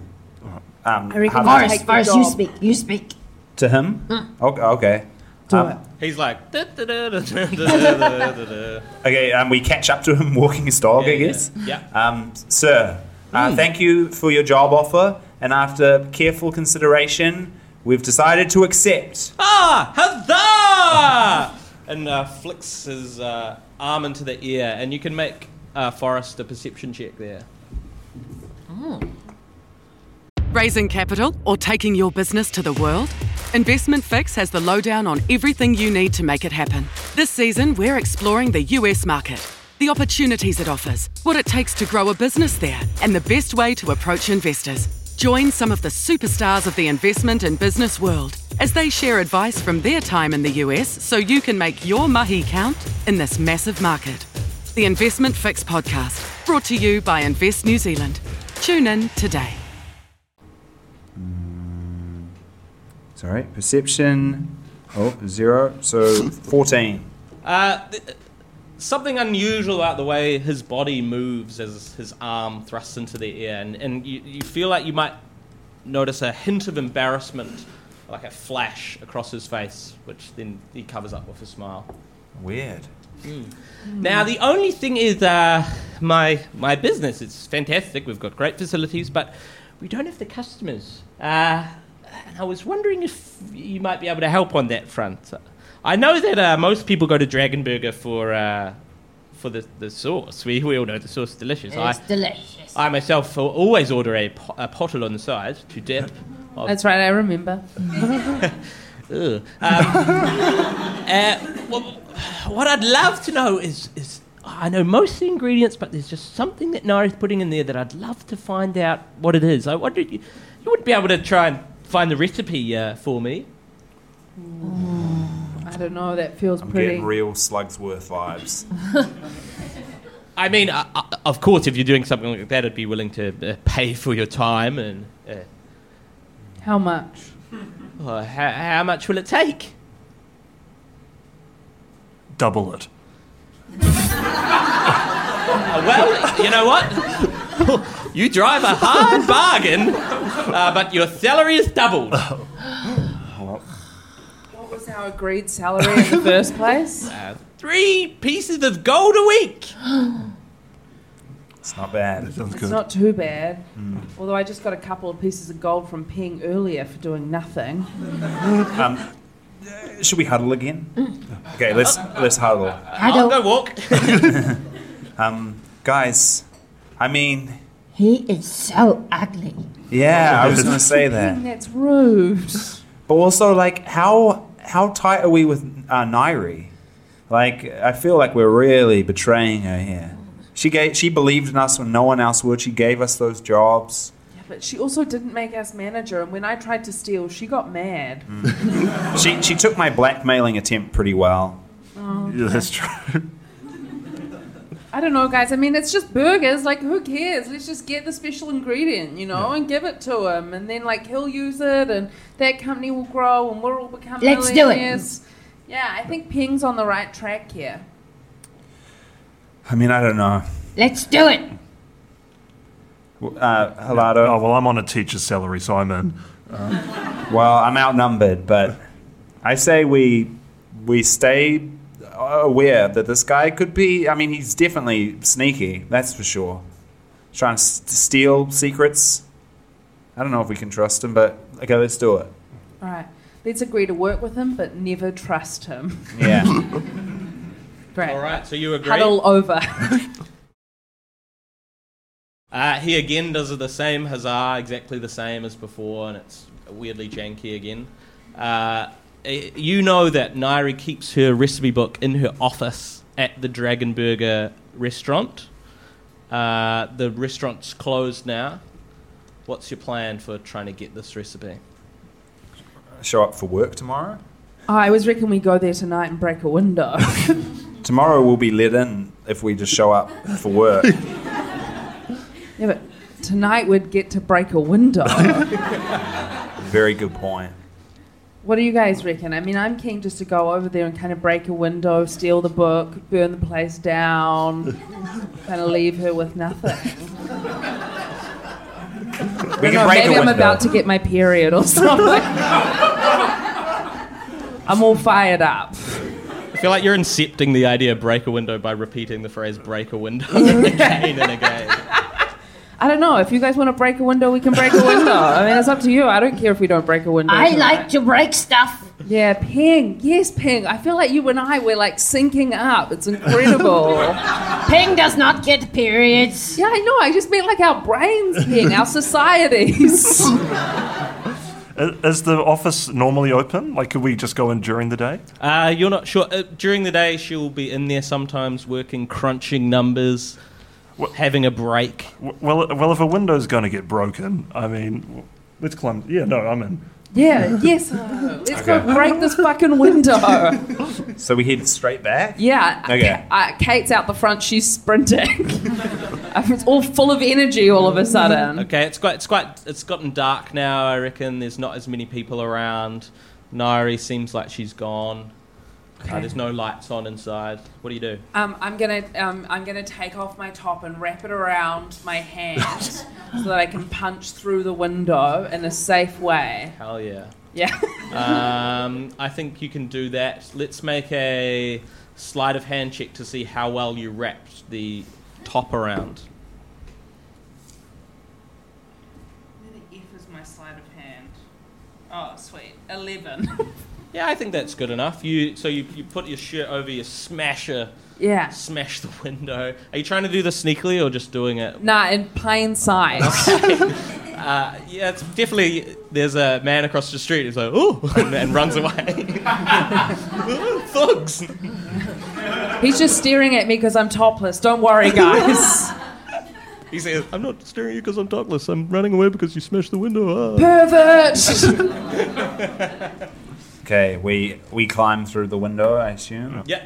I: Um, huddle-
F: Forrest,
E: the
F: Forrest, you
E: job.
F: speak. You speak.
I: to him? Okay. okay. Um,
C: He's like. "Da, da, da, da, da, da, da, da, da."
I: Okay, um, we catch up to him walking his dog, I guess.
C: Yeah.
I: Um, sir, uh, thank you for your job offer, and after careful consideration, we've decided to accept.
C: Ah, huzzah! and uh, flicks his uh, arm into the ear, and you can make uh, Forrest a perception check there.
K: Raising capital or taking your business to the world? Investment Fix has the lowdown on everything you need to make it happen. This season, we're exploring the US market, the opportunities it offers, what it takes to grow a business there, and the best way to approach investors. Join some of the superstars of the investment and business world as they share advice from their time in the US so you can make your mahi count in this massive market. The Investment Fix podcast, brought to you by Invest New Zealand. Tune in today.
I: Sorry, perception. Oh, zero. So 14.
C: Uh, th- something unusual about the way his body moves as his arm thrusts into the ear, and, and you, you feel like you might notice a hint of embarrassment, like a flash across his face, which then he covers up with a smile.
I: Weird.
C: Now the only thing is uh, my my business is fantastic. We've got great facilities, but we don't have the customers. Uh, and I was wondering if you might be able to help on that front. I know that uh, most people go to Dragonburger for uh, for the, the sauce. We, we all know the sauce is delicious.
F: It's
C: I,
F: delicious.
C: I myself will always order a, po- a pottle on the side to dip.
E: That's right, I remember.
C: Ugh. Um, uh, wh- what I'd love to know is, is I know most of the ingredients, but there's just something that Nara's putting in there that I'd love to find out what it is. I wonder you, you would be able to try and find the recipe uh, for me.
E: I don't know, that feels
I: I'm
E: pretty.
I: getting real Slugsworth vibes.
C: I mean, uh, uh, of course, if you're doing something like that, I'd be willing to uh, pay for your time. And uh,
E: How much?
C: well, how, how much will it take?
B: Double it.
C: Uh, well, you know what? you drive a hard bargain, uh, but your salary is doubled.
I: Well,
E: our agreed salary in the first place?
C: Uh, three pieces of gold a week.
I: It's not bad. That sounds
E: It's not too bad.
I: Hmm.
E: Although I just got a couple of pieces of gold from Ping earlier for doing nothing.
I: um, uh, should we huddle again? Okay, let's let's huddle.
C: I'll go walk.
I: Um, guys, I mean,
L: He is so ugly.
I: yeah, I was gonna say that.
E: That's rude.
I: But also, like, how how tight are we with uh, Nairi? Like, I feel like we're really betraying her here. She gave, she believed in us when no one else would. She gave us those jobs.
E: Yeah, but she also didn't make us manager, and when I tried to steal, she got mad.
I: She she took my blackmailing attempt pretty well.
E: Oh.
I: that's true.
E: I don't know, guys. I mean, it's just burgers. Like, who cares? Let's just get the special ingredient, you know, and give it to him, and then like he'll use it, and that company will grow, and we'll all become
L: Let's do it.
E: millionaires. Yeah, I think Ping's on the right track here.
I: I mean, I don't know.
L: Let's do it.
I: Uh, Helado.
B: Oh well, I'm on a teacher's salary, so I'm in.
I: Well, I'm outnumbered, but I say we we stay aware that this guy could be. I mean, he's definitely sneaky. That's for sure. He's trying to s- to steal secrets. I don't know if we can trust him, but okay, let's do it.
E: All right, let's agree to work with him, but never trust him.
I: Yeah.
E: Great. All
C: right, so you agree?
E: Huddle over.
C: Uh, he again does the same huzzah, exactly the same as before, and it's weirdly janky again. Uh, eh, you know that Nairi keeps her recipe book in her office at the Dragon Burger restaurant. Uh, the restaurant's closed now. What's your plan for trying to get this recipe?
I: Show up for work tomorrow.
E: I was reckon we go there tonight and break a window.
I: Tomorrow we'll be let in if we just show up for work.
E: yeah, but tonight we'd get to break a window.
I: Very good point.
E: What do you guys reckon? I mean, I'm keen just to go over there and kind of break a window, steal the book, burn the place down, kind of leave her with nothing.
I: We
E: I don't
I: can
E: know,
I: break
E: maybe
I: a
E: I'm
I: window.
E: about to get my period or something. I'm all fired up.
C: I feel like you're incepting the idea of break a window by repeating the phrase break a window again and again.
E: I don't know. If you guys want to break a window, we can break a window. I mean, it's up to you. I don't care if we don't break a window.
L: I
E: tonight.
L: like to break stuff.
E: Yeah, Ping. Yes, Ping. I feel like you and I were like syncing up. It's incredible.
L: Ping does not get periods.
E: Yeah, I know. I just meant like our brains, Ping, our societies.
B: I- Is the office normally open? Like, could we just go in during the day?
C: Uh, you're not sure. Uh, during the day, she'll be in there sometimes working, crunching numbers, having a break.
B: W- Well, well, if a window's going to get broken, I mean, w- let's climb. Yeah, no, I'm in.
E: yeah, yes. uh, Let's
B: Okay.
E: go break this fucking window.
I: So we head straight back.
E: Yeah.
I: Okay.
E: Uh, Kate's out the front. She's sprinting. it's all full of energy all of a sudden.
C: Okay, it's quite, it's quite, it's gotten dark now. I reckon there's not as many people around. Nairi seems like she's gone. Uh,
E: Okay.
C: there's no lights on inside. What do you do?
E: Um, I'm gonna um, I'm gonna take off my top and wrap it around my hand so that I can punch through the window in a safe way.
C: Hell yeah.
E: Yeah.
C: um, I think you can do that. Let's make a sleight of hand check to see how well you wrapped the top around.
E: Where the F is my sleight of hand? Oh, sweet. 11.
C: Yeah, I think that's good enough. You so you, you put your shirt over your smasher.
E: Yeah.
C: Smash the window. Are you trying to do this sneakily or just doing it?
E: nah, in plain sight.
C: Uh, yeah, it's definitely. There's a man across the street who's like, "Ooh," and, and runs away. Thugs.
E: He's just staring at me because I'm topless. Don't worry, guys.
C: He says, "I'm not staring at you because I'm topless. I'm running away because you smashed the window." Ah.
E: Pervert!
I: Okay, we we climb through the window. I assume.
C: Yeah,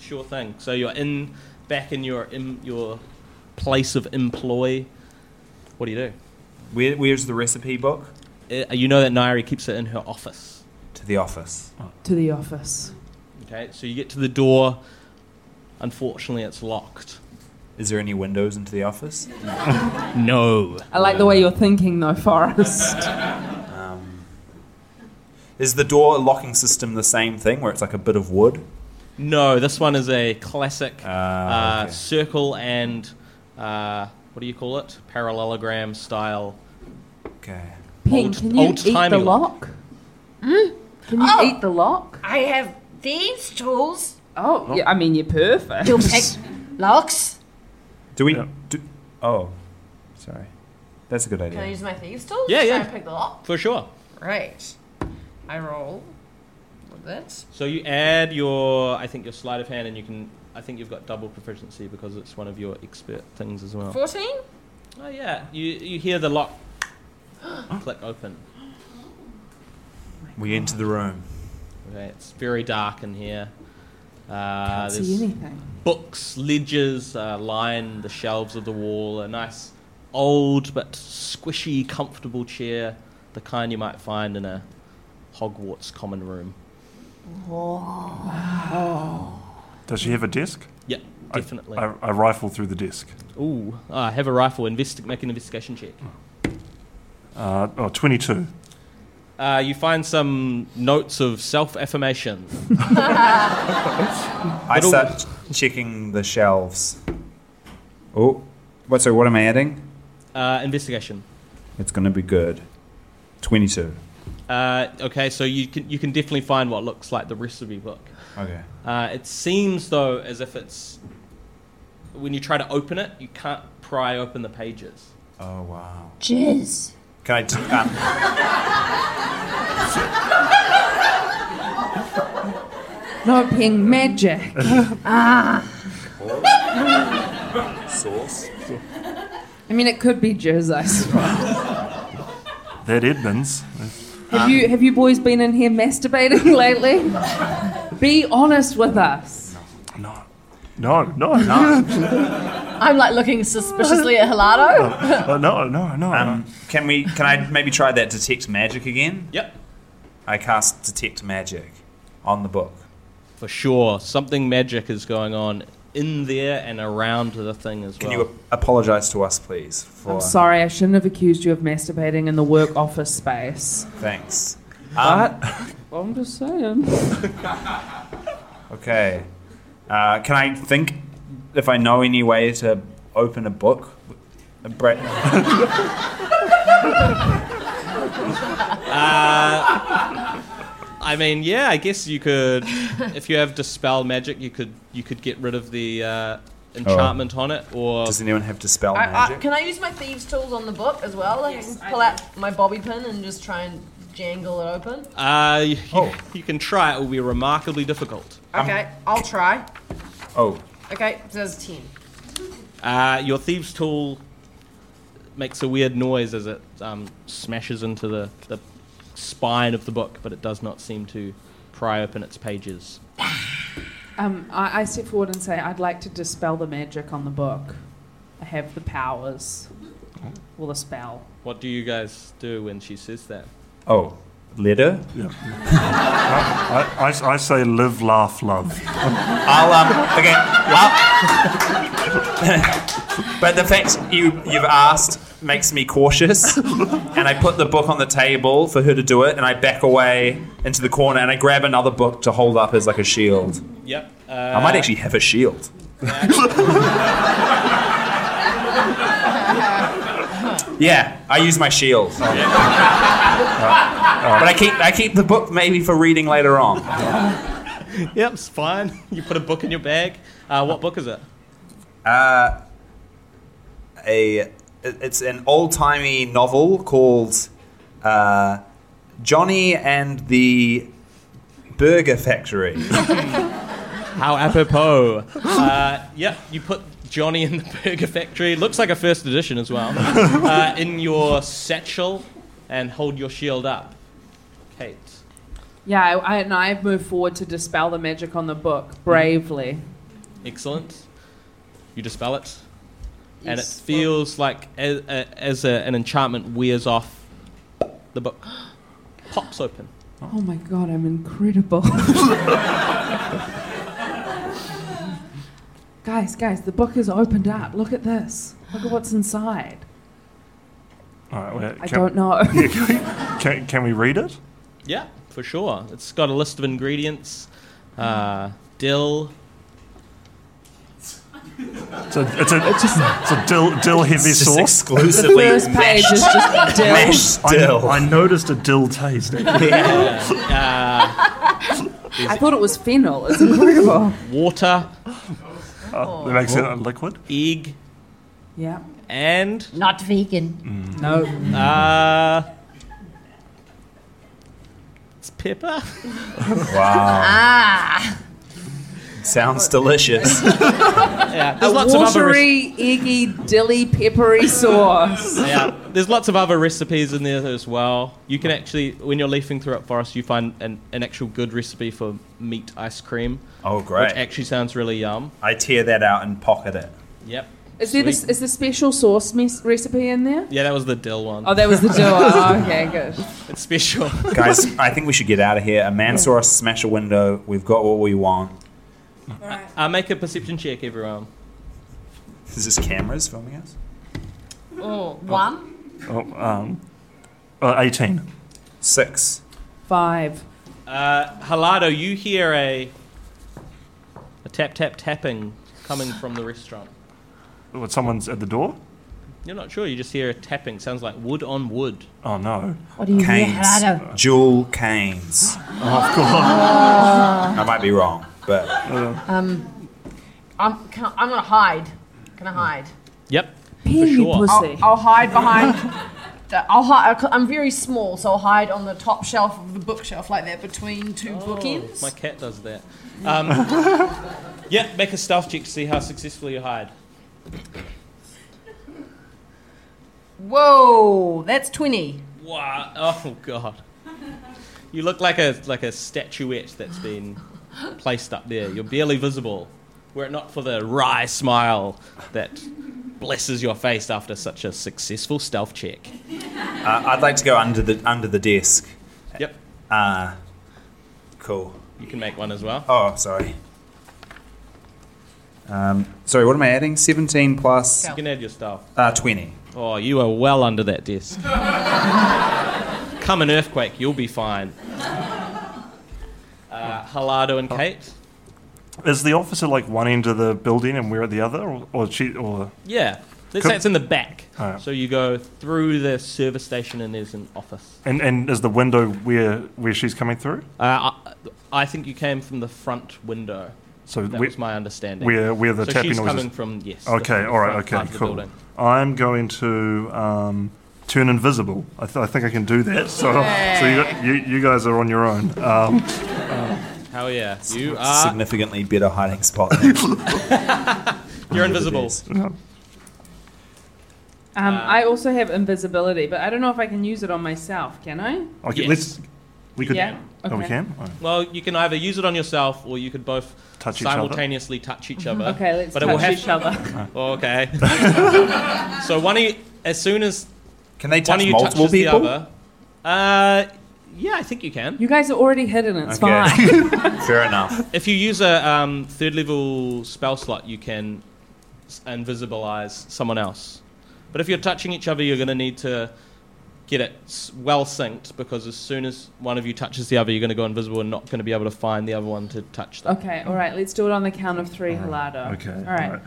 C: sure thing. So you're in back in your in your place of employ. What do you do?
I: Where, where's the recipe book?
C: Uh, you know that Nairi keeps it in her office.
I: To the office.
E: to the office.
C: Okay, so you get to the door. Unfortunately, it's locked.
I: Is there any windows into the office?
C: no.
E: I like the way you're thinking, though, Forrest.
I: Um, Is the door locking system the same thing, where it's like a bit of wood?
C: No, this one is a classic uh, circle and uh, what do you call it? Parallelogram style.
I: Okay.
E: Ping, can you eat the lock? Can you
L: Oh.
E: eat the lock?
L: I have these tools.
E: Oh, yeah, I mean, you're perfect.
L: You'll pick locks.
I: Do we? Do, oh, sorry. That's a good
F: Can I
I: idea.
F: use my thieves tool?
C: Yeah,
F: Try
C: yeah.
F: and pick the lock.
C: For sure.
F: Right. I roll with it.
C: So you add your, I think your sleight of hand, and you can. I think you've got double proficiency because it's one of your expert things as well.
F: Fourteen.
C: Oh yeah. You you hear the lock click open.
I: We enter the room.
C: Okay, it's very dark in here. Uh,
E: Can't see
C: there's
E: anything.
C: Books, ledgers uh, line the shelves of the wall. A nice old but squishy, comfortable chair, the kind you might find in a Hogwarts common room.
B: Does she have a desk?
C: Yeah,
B: I-
C: definitely.
B: I, I rifle through the desk.
C: Ooh, ah, I have a rifle. Investi- make an investigation check.
B: Uh, oh, 22.
C: Uh, you find some notes of self-affirmation.
I: I start checking the shelves. Oh, what? So what am I adding?
C: Uh, investigation.
I: It's gonna be good. Twenty-two.
C: Uh, okay, so you can you can definitely find what looks like the recipe book.
I: Okay.
C: Uh, it seems though as if it's when you try to open it, you can't pry open the pages.
I: Oh wow.
L: Jizz.
I: Can I? T- um,
E: No, ping, magic. ah.
I: Sauce.
E: I mean, it could be jizz, I suppose.
B: That Edmonds.
E: Have you have you boys been in here masturbating lately? Be honest with us.
B: No, no, no.
F: I'm like looking suspiciously at Hilado.
B: no, no, no.
I: Um, can we? Can I maybe try that detect magic again?
C: Yep.
I: I cast detect magic on the book.
C: For sure, something magic is going on in there and around the thing as
I: Can
C: well.
I: you ap- apologize to us, please? For
E: I'm sorry, I shouldn't have accused you of masturbating in the work office space.
I: Thanks.
E: But I'm just saying.
I: Okay. Uh, can I think if I know any way to open a book? A bre-
C: Uh, I mean, yeah, I guess you could, if you have dispel magic, you could you could get rid of the uh, enchantment on it, or
I: does anyone have dispel
F: I, I, can I use my thieves tools on the book as well? I can pull out my bobby pin and just try and jangle it open.
C: Uh, you, you can try. It will be remarkably difficult.
F: Okay, I'll try.
I: Oh.
F: Okay, so that's ten.
C: Uh, your thieves' tool makes a weird noise as it um, smashes into the, the spine of the book, but it does not seem to pry open its pages.
E: Um, I, I step forward and say, I'd like to dispel the magic on the book. I have the powers. Well, the spell.
C: What do you guys do when she says that?
I: Oh, letter?
B: Yeah. I, I, I say live, laugh, love.
I: I'll um okay. I'll- but the fact you you've asked makes me cautious, and I put the book on the table for her to do it, and I back away into the corner, and I grab another book to hold up as like a shield.
C: Yep. Uh,
I: I might actually have a shield. yeah, I use my shield. But I keep I keep the book maybe for reading later on.
C: yep, it's fine. You put a book in your bag. Uh, what book is it?
I: Uh, a it's an old timey novel called uh, Johnny and the Burger Factory.
C: How apropos. Uh, yep, you put Johnny in the Burger Factory. Looks like a first edition as well. Uh, in your satchel and hold your shield up. Kate.
E: Yeah, I, I, and I have moved forward to dispel the magic on the book bravely.
C: Excellent. You dispel it. And it
E: Yes,
C: feels like as, as a, an enchantment wears off, the book pops open.
E: Oh my god, I'm incredible. guys, guys, the book is opened up. Look at this. Look at what's inside.
B: All right, well,
E: I don't know.
B: Yeah, can, can we read it?
C: Yeah, for sure. It's got a list of ingredients: uh, dill.
B: It's a, it's a, it's a dill, dill heavy
C: It's just
B: sauce.
C: exclusively The first page mashed- is just dill. mashed
B: I-
C: dill.
B: I, noticed a dill taste. Uh,
E: I thought it was fennel. It's incredible.
C: water.
B: that makes it a liquid.
C: Egg
E: yeah.
C: and
L: not vegan.
E: No.
C: Uh, it's pepper.
I: Wow.
L: Ah.
I: Sounds delicious.
C: yeah,
E: A
C: there's lots of other. rec-
E: watery, eggy, dilly, peppery sauce.
C: yeah, there's lots of other recipes in there as well. You can actually, when you're leafing through up forest, you find an, an actual good recipe for meat ice cream.
I: Oh, great.
C: Which actually sounds really yum.
I: I tear that out and pocket it.
C: Yep.
E: Is there this,
C: Sweet.
E: is the special sauce mes- recipe in there?
C: Yeah, that was the dill one.
E: Oh, that was the dill. Oh, okay, good.
C: It's special.
I: Guys, I think we should get out of here. A man saw us smash a window. We've got what we want.
C: Uh, make a perception check, everyone.
I: Is this cameras filming us?
L: Oh, one.
B: Oh, um, uh, 18.
I: Six.
E: Five.
C: Uh, Halado, you hear a a tap tap tapping coming from the restaurant.
B: What, someone's at the door?
C: You're not sure. You just hear a tapping. Sounds like wood on wood.
B: Oh, no.
L: What do you hear,
I: Canes.
L: Gerardo?
I: Jewel canes.
B: Oh,
I: I might be wrong, but. uh,
F: Um, I'm, can, I'm gonna hide. Can I hide?
C: Yep.
E: Piggy
C: sure.
E: pussy.
F: I'll, I'll hide behind. the- I'll hide. I'm very small, so I'll hide on the top shelf of the bookshelf like that between two bookends.
C: My cat does that. Um, yeah, make a stealth check to see how successfully you hide.
F: Whoa, that's twenty.
C: Wow! Oh god! You look like a like a statuette that's been placed up there. You're barely visible. Were it not for the wry smile that blesses your face after such a successful stealth check.
I: Uh, I'd like to go under the under the desk.
C: Yep.
I: Uh, cool.
C: You can make one as well.
I: Oh, sorry. Um, sorry, what am I adding? 17 plus
C: You can add your stealth.
I: uh, 20.
C: Oh, you are well under that desk. Come an earthquake, you'll be fine. Uh, Halado
B: Oh.
C: and Kate.
B: Is the officer like one end of the building and we're at the other? Or, or she. Or,
C: Yeah. Let's
B: Cool.
C: say it's in the back.
B: Alright.
C: So you go through the service station and there's an office.
B: and, and is the window where, where she's coming through?
C: Uh, I, I think you came from the front window.
B: So
C: that
B: we-
C: was my understanding.
B: Where, where the
C: so
B: tapping
C: she's
B: noises-
C: coming from yes. the-
B: Okay,
C: the
B: all right,
C: front
B: okay,
C: part of the
B: cool.
C: building.
B: I'm going to um, turn invisible. I, th- I think I can do that. So, so you, got, you, you guys are on your own. Um,
C: Hell yeah! You
I: It's
C: are
I: Significantly better hiding spot. than-
C: you're invisible.
E: Um,
C: Uh,
E: I also have invisibility, but I don't know if I can use it on myself. Can I?
B: okay,
C: Yes.
B: let's. We could.
E: Yeah,
B: Oh, we
E: okay.
B: can? All right.
C: Well, you can either use it on yourself or you could both
B: Touch each other?
C: simultaneously touch each other.
E: Mm-hmm. Okay, let's
C: it will
E: touch
C: have-
E: each other.
C: Oh, Okay. so one of you, as soon as
I: Can they
C: one
I: touch
C: of you
I: multiple
C: touches
I: people?
C: the other, uh, yeah, I think you can.
E: You guys are already hidden. It's fine.
I: Fair enough.
C: If you use a um, third level spell slot, you can s- invisibilize someone else. But if you're touching each other, you're going to need to get it s- well synced because as soon as one of you touches the other, you're going to go invisible and not going to be able to find the other one to touch them.
E: Okay, all right. Let's do it on the count of three, Halado.
B: Okay.
E: All right.
B: One,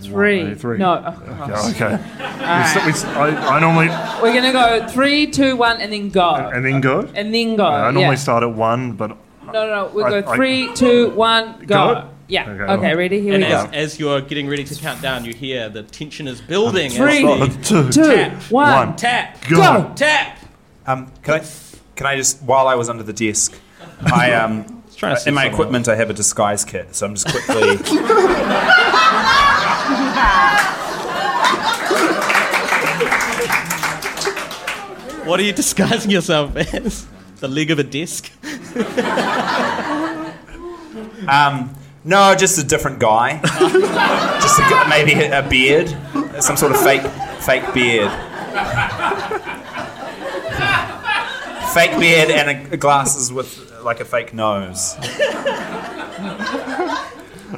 E: Three.
B: two, three.
E: No. Oh,
B: Yeah,
E: gosh.
B: okay. We st- we st- I, I normally.
E: We're gonna go three, two, one, and then go,
B: And then go?
E: and then go.
B: I
E: Uh, yeah.
B: normally start at one, but. uh,
E: No, no, no. We
B: I-
E: will
B: I-
E: go three, two, one, go.
B: Go?
E: Yeah.
B: Okay.
E: Okay, ready? Here
C: And
E: we go.
C: as, as you're getting ready to count down, you hear the tension is building.
E: Three,
C: as the-
B: Two,
E: Two, one.
B: one.
C: Tap.
B: Go. Go.
C: Tap.
I: Um, can I? Can I just? While I was under the desk, I um,
C: trying to see
I: in my
C: someone
I: equipment, I have a disguise kit, so I'm just quickly.
C: What are you disguising yourself as? The leg of a disc?
I: um, no, just a different guy. just a, gu- maybe a beard, some sort of fake, fake beard. fake beard and a, glasses with uh, like a fake nose.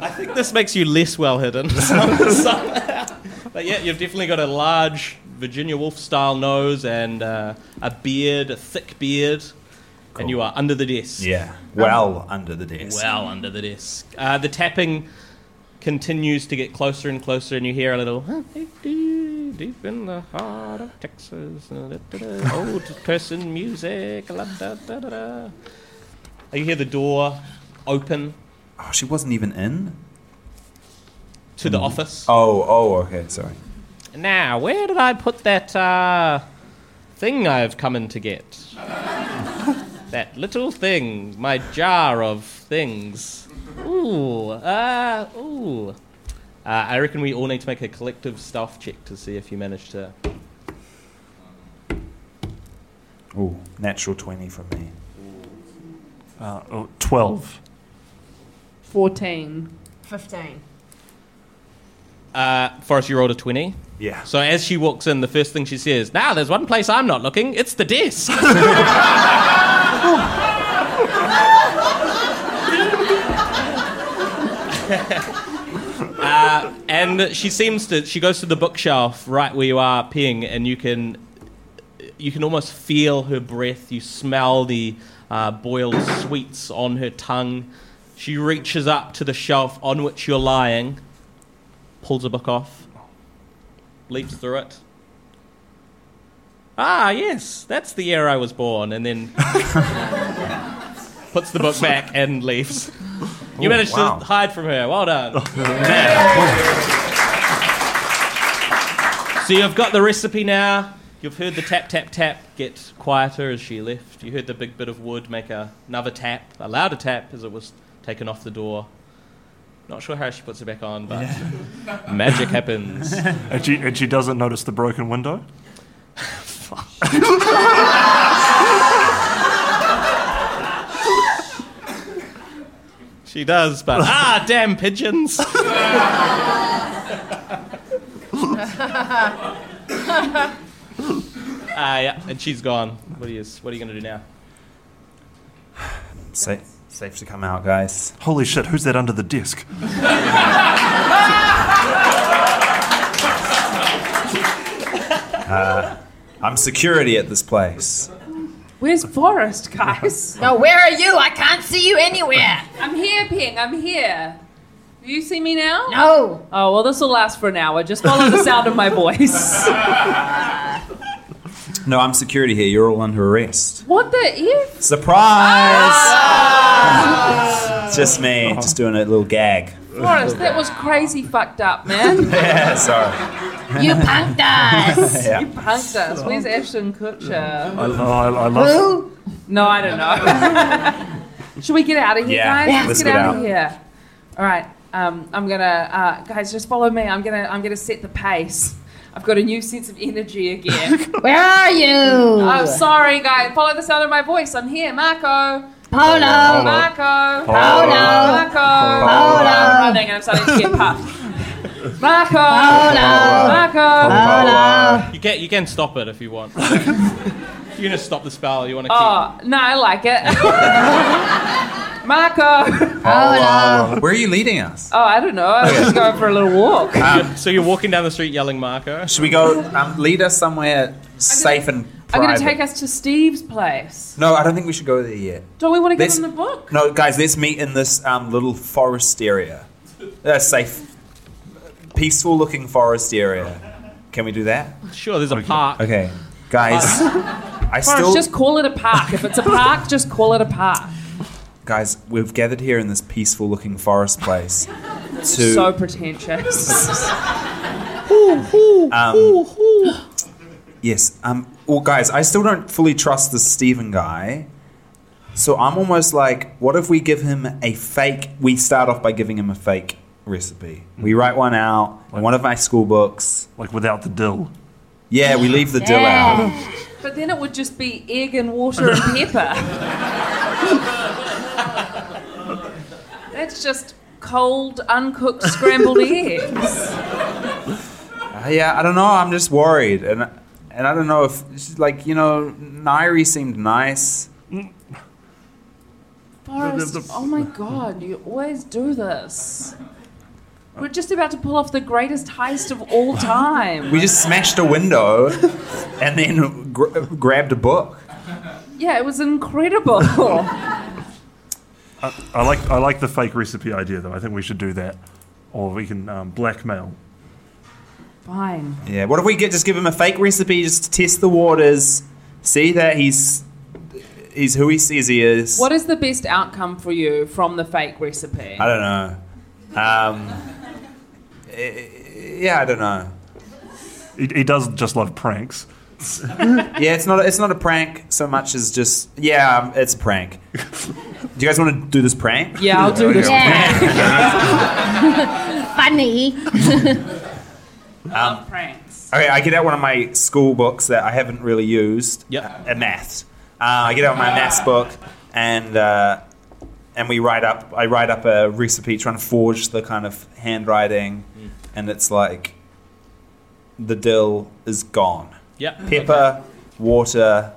C: I think this makes you less well hidden. somehow. but yeah, you've definitely got a large Virginia Woolf style nose and uh, a beard, a thick beard. And you are under the desk.
I: Yeah, well under the desk.
C: Well under the desk. Uh, the tapping continues to get closer and closer, and you hear a little deep in the heart of Texas, uh, da, da, da, old person music. la, da, da, da, da. You hear the door open
I: Oh, she wasn't even in.
C: to the office.
I: Oh, oh, okay, sorry.
C: Now, where did I put that uh, thing I've come in to get? that little thing, my jar of things. Ooh, uh, ooh. Uh, I reckon we all need to make a collective stealth check to see if you manage to.
I: Ooh, natural twenty from me.
B: Uh, oh, 12.
E: 14.
F: 15.
C: Uh, Forrest, you rolled a 20.
I: Yeah.
C: So as she walks in, the first thing she says, now there's one place I'm not looking, it's the desk. uh, and she seems to she goes to the bookshelf right where you are peeing and you can you can almost feel her breath you smell the uh, boiled sweets on her tongue she reaches up to the shelf on which you're lying pulls a book off leaps through it ah yes that's the year i was born and then puts the book back and leaves you
I: Oh,
C: managed
I: wow.
C: to hide from her well done So you've got the recipe now. You've heard the tap, tap, tap get quieter as she left. You heard the big bit of wood make a, another tap, a louder tap as it was taken off the door. Not sure how she puts it back on, but magic happens.
B: and, she, and she doesn't notice the broken window?
C: She does, but ah, damn pigeons! Ah,
L: Right.
C: Ah, yeah, and she's gone. What are you, what are you going to do now?
I: Sa- safe to come out, guys.
B: Holy shit, who's that under the desk?
I: Uh, I'm security at this place.
E: Where's Forrest, guys?
F: No, where are you? I can't see you anywhere.
E: I'm here, Ping. I'm here. Do you see me now?
F: No.
E: Oh, well, this will last for an hour. Just follow the sound of my voice.
I: No, I'm security here. You're all under arrest.
E: what the ear?
I: Surprise! just me, just doing a little gag.
E: Forrest, that was crazy fucked up, man.
I: yeah, sorry.
F: You punked us.
I: Yeah.
E: You punked us. Where's Ashton Kutcher?
B: I, lo- I, I love
E: No, I don't know. Should we get out of here,
B: Yeah,
E: guys?
B: yeah.
E: Let's
B: Let's
E: get,
B: get
E: out, of
B: out.
E: here. All right, um, I'm gonna uh, guys just follow me. I'm gonna I'm gonna set the pace. I've got a new sense of energy again.
F: Where are you?
E: I'm sorry, guys. Follow the sound of my voice. I'm here, Marco.
F: Polo. Polo.
E: Marco.
F: Polo.
E: Marco.
F: Polo.
E: I'm running and I'm starting to get puffed. Marco. Marco.
C: You can, you can stop it if you want. You're going to stop the spell. You want to keep.
E: Oh no, I like it. Marco.
I: Where are you leading us?
E: Oh, I don't know. I was just going for a little walk.
C: You're- so you're walking down the street yelling Marco?
I: Should we go um, lead us somewhere safe and private?
E: I'm going to take us to Steve's place.
I: No, I don't think we should go there yet.
E: Don't we want to give
I: Let's-
E: him the book?
I: No, guys, let's meet in this um, little forest area. A safe, peaceful looking forest area. Can we do that? Uh,
C: Sure, there's a park.
I: Okay. Guys, I
E: Forrest,
I: still.
E: just call it a park. If it's a park, just call it a park.
I: Guys, we've gathered here in this peaceful looking forest place to.
E: So pretentious.
I: Um, Yes. Um, well, guys, I still don't fully trust this Steven guy. So I'm almost like, what if we give him a fake? We start off by giving him a fake recipe. We write one out, in one of my school books.
B: Like without the dill.
I: Yeah, we leave the dill out.
E: but then it would just be egg and water and pepper. That's just cold, uncooked, scrambled eggs.
I: Uh, yeah, I don't know. I'm just worried. And, and I don't know if, she's like, you know, Nairi seemed nice.
E: Forrest, oh my god, you always do this. We're just about to pull off the greatest heist of all time.
I: We just smashed a window and then gr- grabbed a book.
E: Yeah, it was incredible.
B: I, I like I like the fake recipe idea though. I think we should do that, or we can um, blackmail.
E: Fine.
I: Yeah. What if we get just give him a fake recipe just to test the waters, see that he's he's who he says he is.
E: What is the best outcome for you from the fake recipe?
I: I don't know. Um, eh, yeah, I don't know.
B: He, he does just love pranks.
I: yeah, it's not a, it's not a prank so much as just yeah, um, it's a prank. do you guys want to do this prank?
E: Yeah, I'll do this
L: Funny.
I: Um, Okay, I get out one of my school books that I haven't really used. Yeah. Uh, maths. Uh, I get out my maths book and uh, and we write up. I write up a recipe trying to forge the kind of handwriting, and it's like the dill is gone.
C: Yeah.
I: Pepper, water,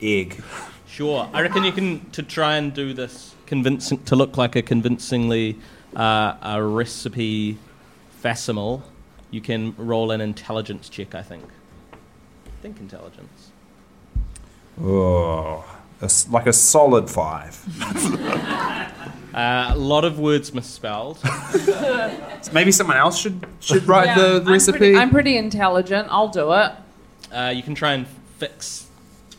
I: egg.
C: Sure. I reckon you can to try and do this convincing to look like a convincingly uh, a recipe facsimile. You can roll an intelligence check. I think. I think intelligence.
I: Oh, it's like a solid five.
C: Uh, a lot of words misspelled.
I: Maybe someone else should should write
E: Yeah,
I: the
E: I'm
I: recipe.
E: pretty- I'm pretty intelligent. I'll do it.
C: Uh, you can try and fix.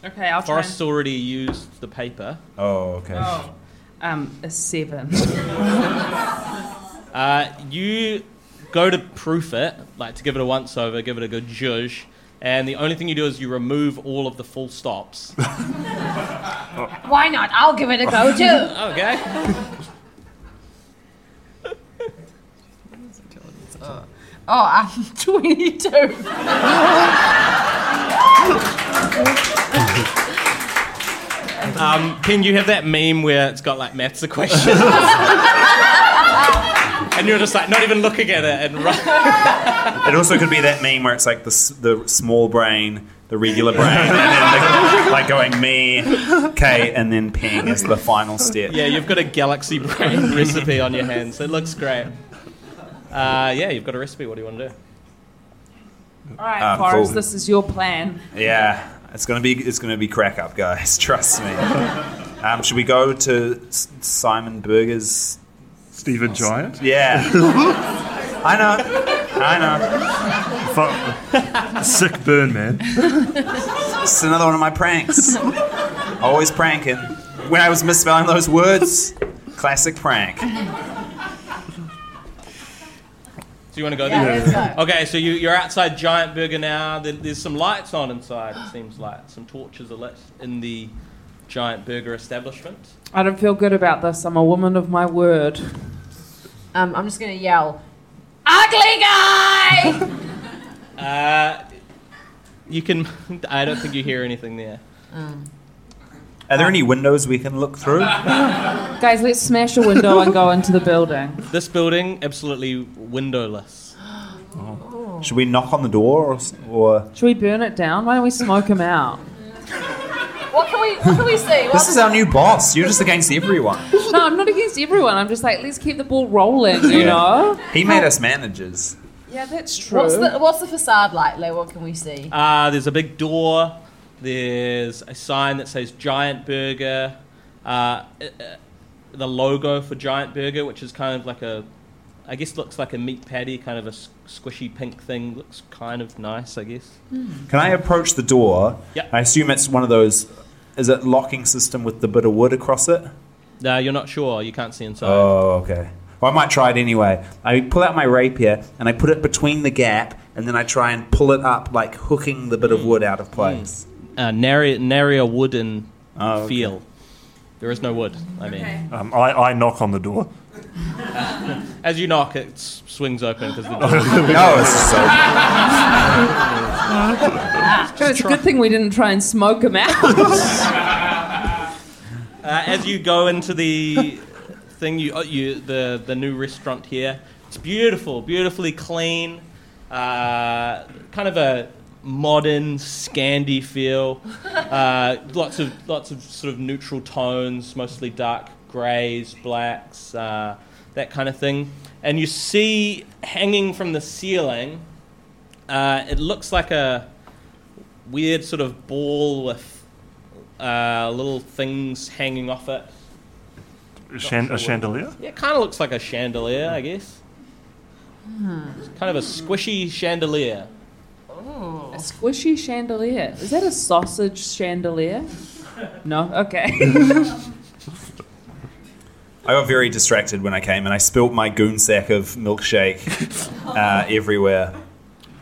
E: Okay, I'll try.
C: Forrest's already used the paper.
I: Oh, okay.
E: Oh, um, a seven.
C: Uh, you go to proof it, like to give it a once over, give it a good zhuzh, and the only thing you do is you remove all of the full stops.
L: Why not? I'll give it a go too.
C: okay.
F: Oh, I'm 22.
C: Um, Pen, you have that meme where it's got like maths equations, and you're just like not even looking at it and right.
I: It also could be that meme where it's like the, s- the small brain, the regular brain, and then the, like going me, K, and then ping is the final step.
C: Yeah, you've got a galaxy brain recipe on your hands. It looks great. Uh, yeah, you've got a recipe. What do you want to do?
E: All right,
I: Ah,
E: Forrest,
I: cool.
E: this is your plan.
I: Yeah, it's gonna be it's gonna be crack up, guys. Trust me. Um, should we go to S- Simon Burger's
B: Stephen Giant?
I: Yeah. I know. I
B: know. Sick burn, man.
I: It's another one of my pranks. Always pranking. When I was misspelling those words, classic prank.
C: Do you want to go
I: Yeah,
C: there?
I: let's Yeah.
C: Okay, so you, you're outside Giant Burger now. There, there's some lights on inside, it seems like. Some torches are lit in the Giant Burger establishment.
E: I don't feel good about this. I'm a woman of my word.
F: Um, I'm just going to yell, Ugly guy!
C: Uh, you can. I don't think you hear anything there.
I: Are there any windows we can look through?
E: Guys, let's smash a window and go into the building.
C: This building, absolutely windowless.
I: Should we knock on the door or, s- or
E: Should we burn it down? Why don't we smoke him out?
F: What can we, what can we see? What-
I: This is our new boss. You're just against everyone.
E: No, I'm not against everyone. I'm just like, let's keep the ball rolling, you
I: Yeah.
E: know?
I: He made us managers.
F: Yeah, that's
E: true.
F: What's the, what's the facade like, Lou? What can we see?
C: Uh, there's a big door. There's a sign that says Giant Burger. Uh, uh, the logo for Giant Burger, which is kind of like a, I guess looks like a meat patty, kind of a s- squishy pink thing. Looks kind of nice, I guess.
I: Can I approach the door?
C: Yeah.
I: I assume it's one of those. Is it locking system with the bit of wood across it?
C: No, you're not sure. You can't see inside.
I: Oh, okay. Well, I might try it anyway. I pull out my rapier and I put it between the gap, and then I try and pull it up, like hooking the bit of wood out of place.
C: Uh, nary, nary a wooden feel. There is no wood. I mean,
B: Um, I, I knock on the door.
C: as you knock, it s- swings open because the
I: Hmm.
B: No, it's
E: So it's a good thing we didn't try and smoke him out.
C: Uh, as you go into the thing, you, uh, you the the new restaurant here. It's beautiful, beautifully clean, uh, kind of a modern Scandi feel. Uh, lots of lots of sort of neutral tones, mostly dark greys, blacks, uh, that kind of thing. And you see hanging from the ceiling, uh, it looks like a weird sort of ball with uh, uh, little things hanging off it.
B: Chan- a chandelier?
C: Yeah, it kind of looks like a chandelier, I guess. Kind of a squishy chandelier.
E: A squishy chandelier. Is that a sausage chandelier? No? Okay.
I: I got very distracted when I came and I spilt my goon sack of milkshake uh, everywhere.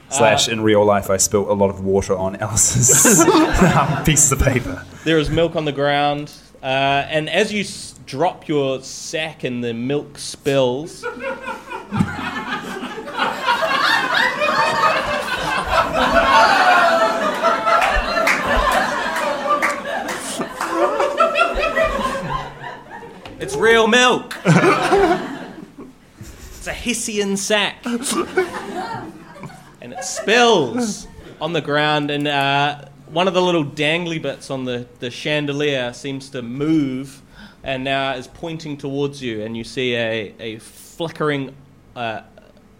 I: Slash, in real life, I spilt a lot of water on Alice's um, pieces of paper.
C: There is milk on the ground, uh, and as you s- drop your sack and the milk spills, it's real milk. it's a Hessian sack, and it spills on the ground, and uh, one of the little dangly bits on the, the chandelier seems to move, and now is pointing towards you, and you see a a flickering. Uh,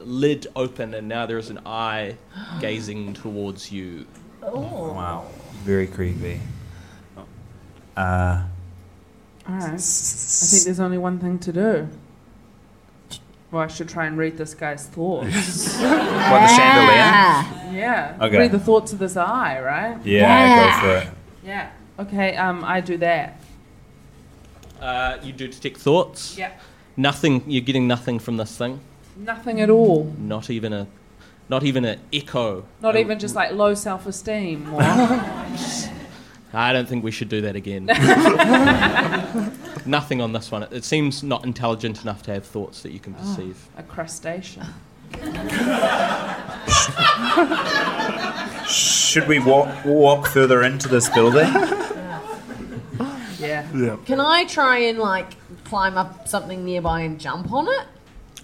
C: Lid open, and now there is an eye gazing towards you.
F: Oh.
I: Wow. Very creepy. Uh,
E: Alright. I think there's only one thing to do. Well, I should try and read this guy's thoughts. what,
I: the chandelier?
E: Yeah.
I: Okay.
E: Read the thoughts of this eye, right?
I: yeah, go for it.
E: Yeah. Okay, um, I do that.
C: Uh, you do detect thoughts.
E: Yeah.
C: Nothing. You're getting nothing from this thing.
E: Nothing at all.
C: Not even a, not even an echo.
E: Not even just like low self esteem. Or...
C: I don't think we should do that again. nothing on this one. It, it seems not intelligent enough to have thoughts that you
F: Ah.
C: can perceive.
E: A crustacean.
I: Should we walk, walk further into this building?
E: Yeah.
I: Yeah.
F: Can I try and like climb up something nearby and jump on it?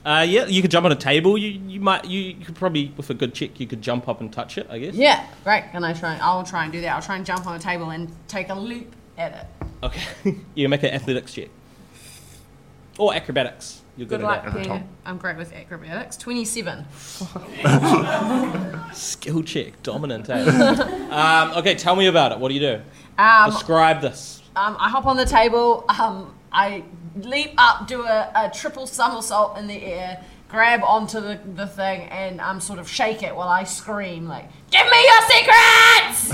C: Uh, yeah, you could jump on a table. You you might you, you could probably with a good check you could jump up and touch it. I guess.
F: Yeah, great. Can I try? I'll try and do that. I'll try and jump on a table and take a leap at it.
C: Okay. you make an athletics check. Or acrobatics. You're good,
F: Good
C: at
F: luck.
C: that.
F: Peter. I'm great with acrobatics. Twenty-seven. Um,
C: Skill check, dominant. Eh? um, okay, tell me about it. What do you do?
F: Um,
C: Describe this.
F: Um, I hop on the table. Um, I leap up, do a, a triple somersault in the air, grab onto the, the thing, and um, sort of shake it while I scream like, "Give me your secrets!"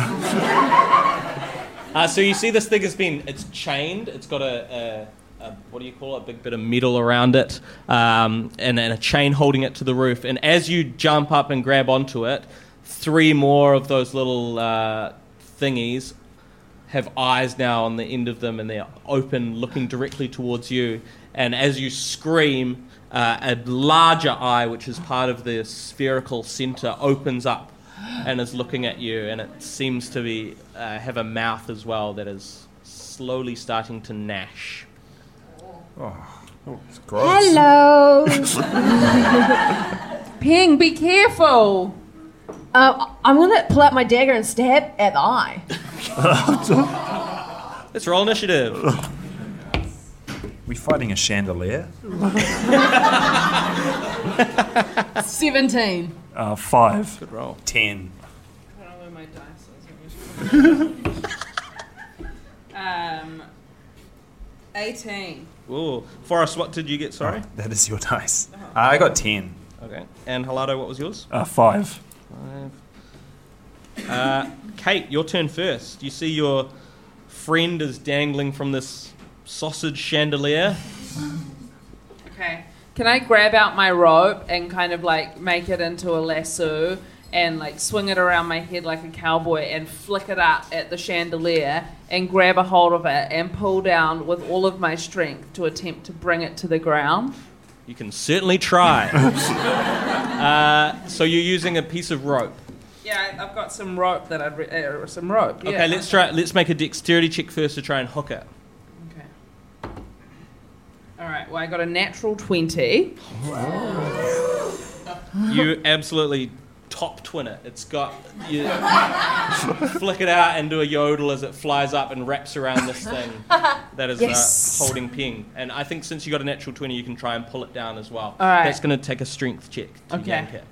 C: Uh, so you see, this thing has been it's chained. It's got a, a, a what do you call it? A big bit of metal around it, um, and, and a chain holding it to the roof. And as you jump up and grab onto it, three more of those little uh, thingies have eyes now on the end of them, and they're open, looking directly towards you. And as you scream, uh, a larger eye, which is part of the spherical center, opens up and is looking at you, and it seems to be uh, have a mouth as well that is slowly starting to gnash.
I: Oh, it's
E: Hello. Ping, be careful.
F: Uh, I'm gonna pull out my dagger and stab at the eye.
C: Let's roll initiative.
I: we fighting a chandelier?
F: Seventeen.
B: Uh, five.
C: Good roll.
I: Ten.
E: Um, 18.
C: Ooh, Forrest, what did you get? Sorry,
I: That is your dice. I got ten.
C: Okay. And Halado, what was yours?
B: Uh, five.
C: Five. Uh, Kate, your turn first. You see your friend is dangling from this sausage chandelier.
E: Okay. Can I grab out my rope and kind of like make it into a lasso and like swing it around my head like a cowboy and flick it up at the chandelier and grab a hold of it and pull down with all of my strength to attempt to bring it to the ground?
C: You can certainly try. uh, so you're using a piece of rope.
E: Yeah, I've got some rope that I've re- uh, some rope.
C: Okay, let's try. Let's make a dexterity check first to try and hook it.
E: All right. Well, I got a natural twenty.
C: You absolutely top twin it. It's got you flick it out and do a yodel as it flies up and wraps around this thing that is
E: Yes.
C: uh, holding ping. And I think since you got a natural twenty, you can try and pull it down as well.
E: All right.
C: That's going to take a strength check to
E: Okay.
C: yank it.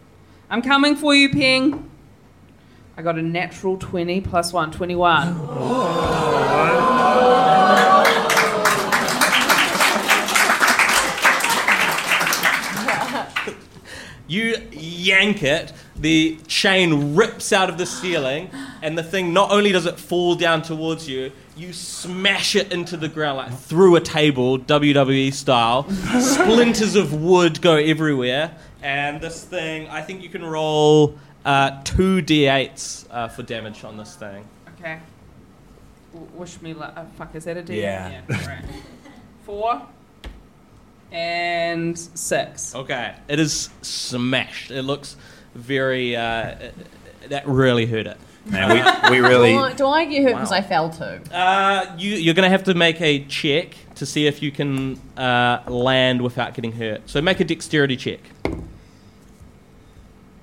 E: I'm coming for you, Ping. I got a natural 20 plus 1, 21.
C: You yank it, the chain rips out of the ceiling, and the thing not only does it fall down towards you, you smash it into the ground like through a table, WWE style. Splinters of wood go everywhere, and this thing, I think you can roll uh, two d8s uh, for damage on this thing.
E: Okay. W- wish me luck. Oh, fuck, is that a D?
C: Yeah.
E: right. Four and six.
C: Okay. It is smashed. It looks very. Uh, that really hurt it.
I: Man, we, we
F: Do I, do I get hurt because I fell too?
C: Uh, you, you're going to have to make a check to see if you can uh, land without getting hurt. So make a dexterity check.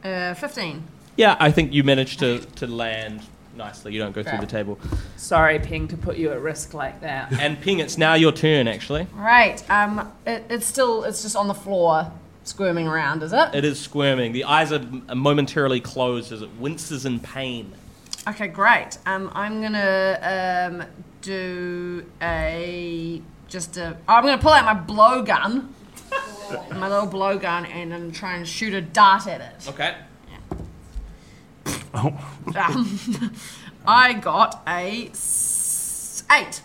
F: Uh, 15.
C: Yeah, I think you managed to, to land nicely. You don't go
E: Yeah.
C: through the table.
E: Sorry, Ping, to put you at risk like that.
C: And Ping, it's now your turn, actually.
F: Right. Um, it, it's still, it's just on the floor squirming around, is it?
C: It is squirming. The eyes are m- momentarily closed as it winces in pain.
F: Okay, great. Um, I'm gonna um, do a just a. oh, I'm gonna pull out my blowgun, my little blowgun, and I'm try and shoot a dart at it.
C: Okay.
F: Um, I got a s- eight.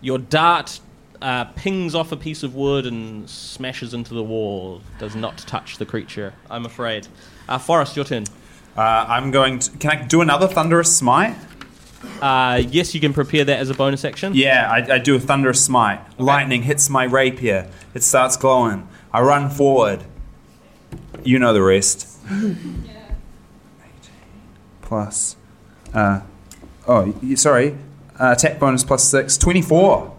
C: Your dart uh, pings off a piece of wood and smashes into the wall. Does not touch the creature, I'm afraid. Uh, Forrest, your turn.
I: Uh, I'm going to. Can I do another thunderous smite?
C: Uh, yes, you can prepare that as a bonus action.
I: Yeah, I, I do a thunderous smite. Lightning hits my rapier. It starts glowing. I run forward. You know the rest. Plus, uh, oh, y- sorry. Uh, attack bonus plus six. 24.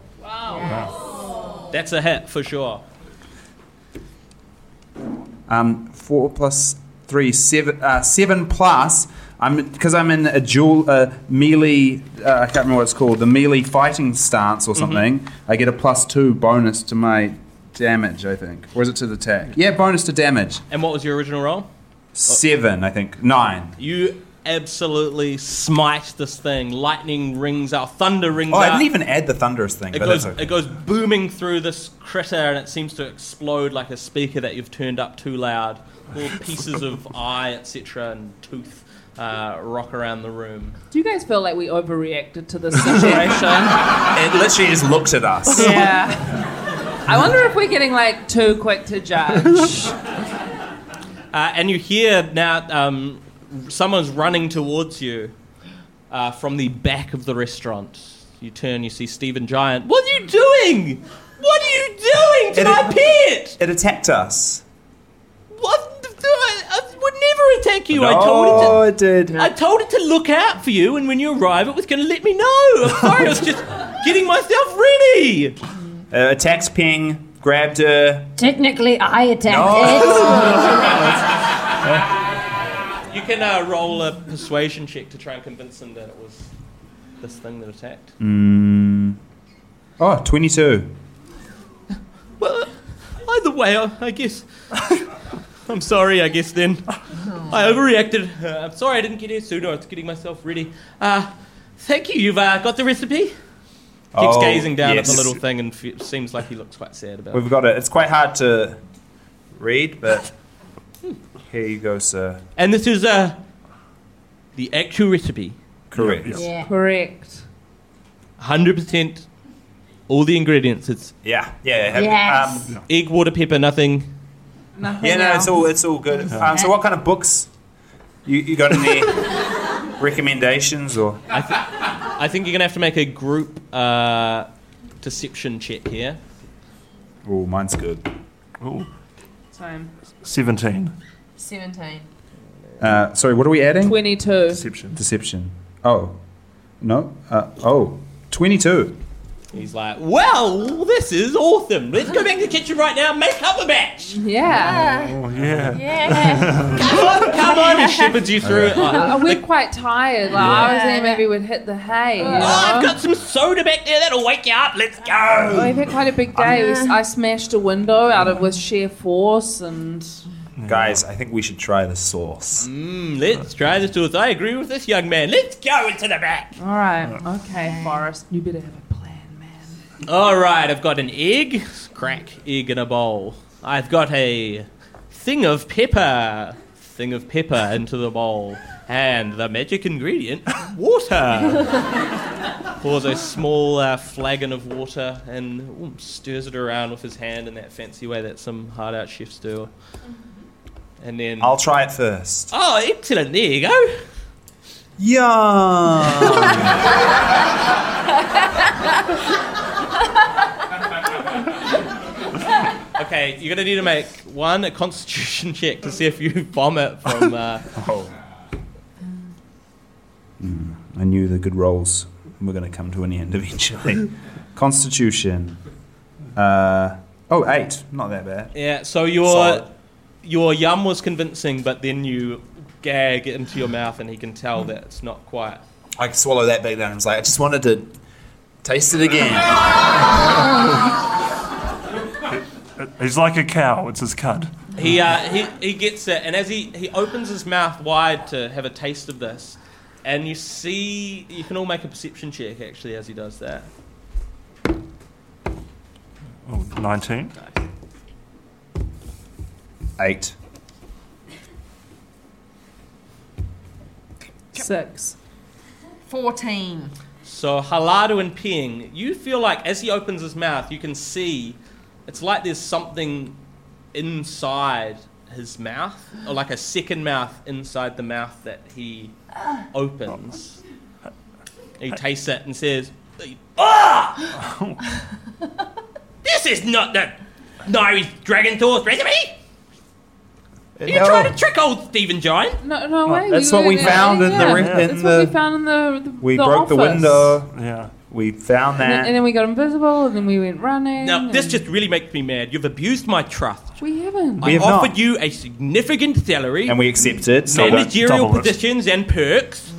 C: That's a hit for sure.
I: Um, four plus three, seven, uh, seven plus. I'm because I'm in a dual uh, melee. Uh, I can't remember what it's called. The melee fighting stance
C: Mm-hmm.
I: or something. I get a plus two bonus to my damage. I think, or is it to the attack? Yeah, bonus to damage.
C: And what was your original roll?
I: Seven, I think. Nine.
C: You absolutely smite this thing. Lightning rings out, thunder rings
I: Oh,
C: out.
I: I didn't even add the thunderous thing.
C: It
I: but
C: goes,
I: that's okay.
C: it goes booming through this critter and it seems to explode like a speaker that you've turned up too loud. All pieces of eye, etc., and tooth uh, rock around the room.
E: Do you guys feel like we overreacted to this situation?
I: It literally just looks at us.
E: yeah. I wonder if we're getting like too quick to judge.
C: Uh, and you hear now um, someone's running towards you uh, from the back of the restaurant. You turn, you see Stephen Giant. What are you doing? What are you doing to my pet?
I: It attacked us.
C: What? the- I I would never attack you. I told it to.
I: No, Oh, it did. Uh,
C: I told it to look out for you, and when you arrive, it was going to let me know. I'm sorry, I was just getting myself ready.
I: Uh, attacks Ping. Grabbed her.
L: Technically, I attacked
C: You can uh, roll a persuasion check to try and convince them that it was this thing that attacked.
I: Mm. Oh, 22.
C: Either way, I, I guess. I'm sorry, I guess then. I overreacted. Uh, I'm sorry I didn't get here sooner. I was getting myself ready. Uh, thank you. You've uh, got the recipe? Keeps
I: Oh,
C: gazing down at
I: yes.
C: the little thing and f- seems like he looks quite sad about it.
I: We've got it. It's quite hard to read, but here you go, sir.
C: And this is uh, the actual recipe.
I: Correct.
E: Correct.
C: 100% all the ingredients. It's
I: Yeah, yeah. have-
E: Yes.
I: um,
C: egg, water, pepper, nothing.
I: yeah, no, it's all it's all good. Um, so, what kind of books you, you got in there? Recommendations or
C: I, th- I think you're going to have to make a group uh, deception check here.
I: Oh, mine's good.
B: Ooh.
E: Time.
B: 17.
F: 17.
I: Uh, sorry, what are we adding?
E: 22.
B: Deception.
I: Deception. Oh, no. Uh, oh, 22.
C: He's like, well, this is awesome. Let's go back to the kitchen right now and make up a batch.
E: Yeah.
B: Oh, yeah.
C: Come on, he shepherds you through it.
E: No,
C: Like,
E: we're quite tired. Like, I was thinking maybe we'd hit the hay. you
C: oh, I've
E: know?
C: got some soda back there that'll wake you up. Let's
E: Well,
C: go.
E: We've had quite a big day. We s- I smashed a window out of with sheer force, and
I: Guys, I think we should try the sauce.
C: Mm, let's try this sauce. I agree with this young man. Let's go into the back.
E: all right, okay, Forrest, you better have a plan.
C: All right, I've got an egg, crack egg in a bowl. I've got a thing of pepper, thing of pepper into the bowl, and the magic ingredient, water. Pours a small uh, flagon of water and ooh, stirs it around with his hand in that fancy way that some hard out chefs do. And then
I: I'll try it first.
C: Oh, excellent! There you go.
I: Yeah.
C: Okay, you're gonna need to make one a Constitution check to see if you vomit from. Uh,
I: I knew the good rolls were going to come to an end eventually. Constitution. Uh, oh, eight. Not that bad.
C: Yeah, so your
I: Solid.
C: your yum was convincing, but then you gag it into your mouth, and he can tell that it's not quite.
I: I could swallow that back down. I was like, I just wanted to taste it again.
B: He's like a cow. It's his cud.
C: He uh, he he gets it, and as he he opens his mouth wide to have a taste of this, and you see you can all make a perception check actually as he does that.
B: Oh, 19.
I: Eight.
E: Six.
F: 14.
C: So Halado and Ping, you feel like as he opens his mouth, you can see it's like there's something inside his mouth, or like a second mouth inside the mouth that he opens. He tastes it and says, "Ah, this is not the Nari's Dragon Thor's recipe." Are you
E: No.
C: trying to trick old Stephen Giant?
E: No, no
C: Well,
E: way.
I: that's
E: we
I: what
E: were
I: we
E: there.
I: found in the
E: Yeah,
I: re-
E: That's
I: in
E: what
I: the-
E: we found in the. the
I: We
E: the
I: broke the
E: office.
I: window.
B: Yeah.
I: We found
E: And then,
I: that.
E: and then we got invisible, and then we went running.
C: Now, this
E: and-
C: just really makes me mad. You've abused my trust.
E: We haven't.
C: I offered you a significant salary.
I: And we accepted. So don't
C: managerial
I: double it.
C: positions and perks.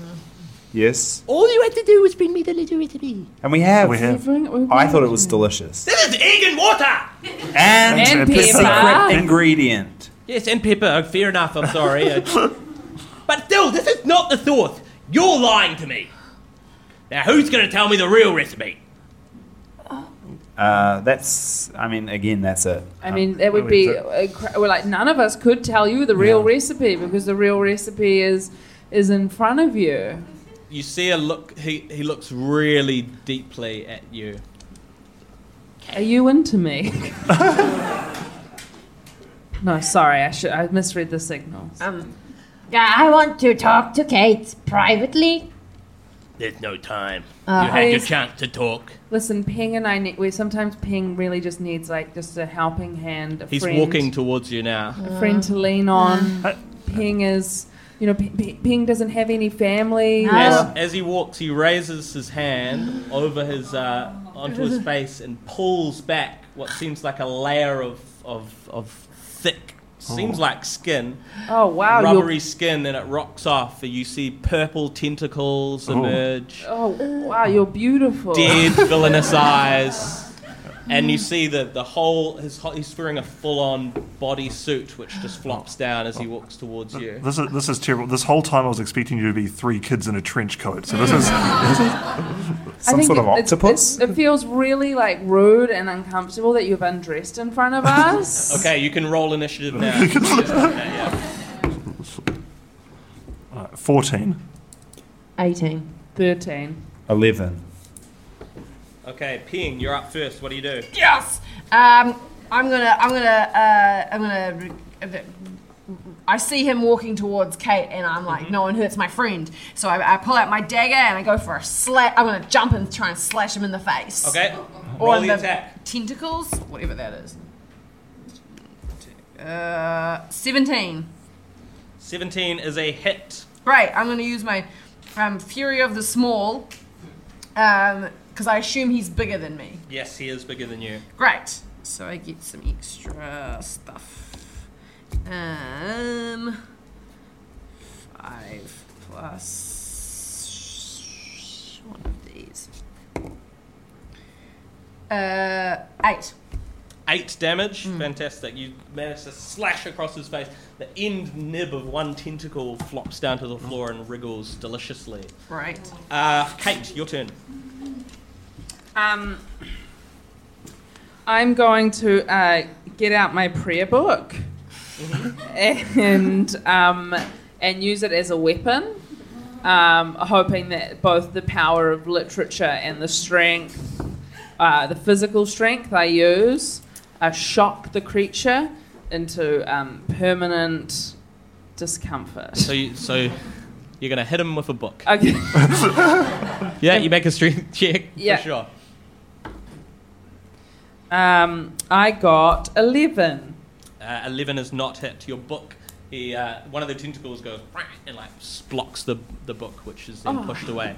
I: Yes.
C: All you had to do was bring me the little recipe.
I: And we have.
C: We have.
I: I thought it was delicious.
C: This is egg and water.
I: And,
C: And
I: the
C: pepper.
I: secret ingredient.
C: Yes, and pepper. Oh, fair enough. I'm sorry. Uh, but still, this is not the source. You're lying to me. Now, who's going to tell me the real recipe?
I: Uh, that's. I mean, again, that's it.
E: I mean, that
I: Oh,
E: would be uh, cra- well, like none of us could tell you the real recipe because the real recipe is is in front of you.
C: You see a look. He he looks really deeply at you.
E: Are you into me? no, sorry, I should I misread the signal.
L: Um, yeah, I want to talk to Kate privately.
C: There's no time.
E: Uh,
C: you had your
E: please.
C: chance to talk.
E: Listen, Ping and I need. We sometimes Ping really just needs like just a helping hand. A
C: He's
E: friend,
C: walking Uh, towards you now.
E: A friend to lean on. Ping is, you know, P- P- Ping doesn't have any family.
C: As, as he walks, he raises his hand over his uh, onto his face and pulls back what seems like a layer of of, of thick, seems
E: Oh.
C: like skin,
E: Oh wow! you're-
C: rubbery skin, and it rocks off. And you see purple tentacles
E: Oh.
C: emerge,
E: Oh wow! You're beautiful.
C: dead villainous eyes, and you see the the whole. His whole- he's wearing a full on body suit which just flops down as he walks towards you.
B: This is this is terrible. This whole time I was expecting you to be three kids in a trench coat. So this is
E: I think it- it's- it's- It, feels really like rude and uncomfortable that you've undressed in front of us.
C: Okay, you can roll initiative now. Yeah, yeah, yeah.
B: Uh, Fourteen.
F: 18.
E: 13.
I: Eleven.
C: Okay, Ping, you're up first. What do you do?
F: Yes. Um, I'm gonna. I'm gonna. Uh, I'm gonna. I see him walking towards Kate, and I'm like,
C: Mm-hmm.
F: "No one hurts my friend." So I, I pull out my dagger and I go for a slap. I'm gonna jump and try and slash him in the face.
C: Okay.
E: Oh,
F: Or
C: Roll
F: in
C: the
F: the
C: attack.
F: tentacles, whatever that is. Uh, Seventeen.
C: 17 is a hit.
F: Great. I'm gonna use my um, fury of the small, because I assume he's bigger than me.
C: Yes, he is bigger than you.
F: Great. So I get some extra stuff. Um, five plus one of these. Uh, eight.
C: 8 damage.
E: Hmm.
C: Fantastic. You manage to slash across his face. The end nib of one tentacle flops down to the floor and wriggles deliciously.
F: Right.
C: Uh, Kate, your turn.
E: Um, I'm going to uh, get out my prayer book
C: Mm-hmm.
E: and um, and use it as a weapon, um, hoping that both the power of literature and the strength, uh, the physical strength I use, uh, shock the creature into um, permanent discomfort.
C: So, you, so you're gonna hit him with a book.
E: Okay.
C: Yeah, you make a strength check
E: Yeah.
C: for sure.
E: Um, I got eleven.
C: Uh, Eleven is not hit. Your book. He, uh, one of the tentacles goes and like s- blocks the the book, which is then
E: Oh.
C: pushed away.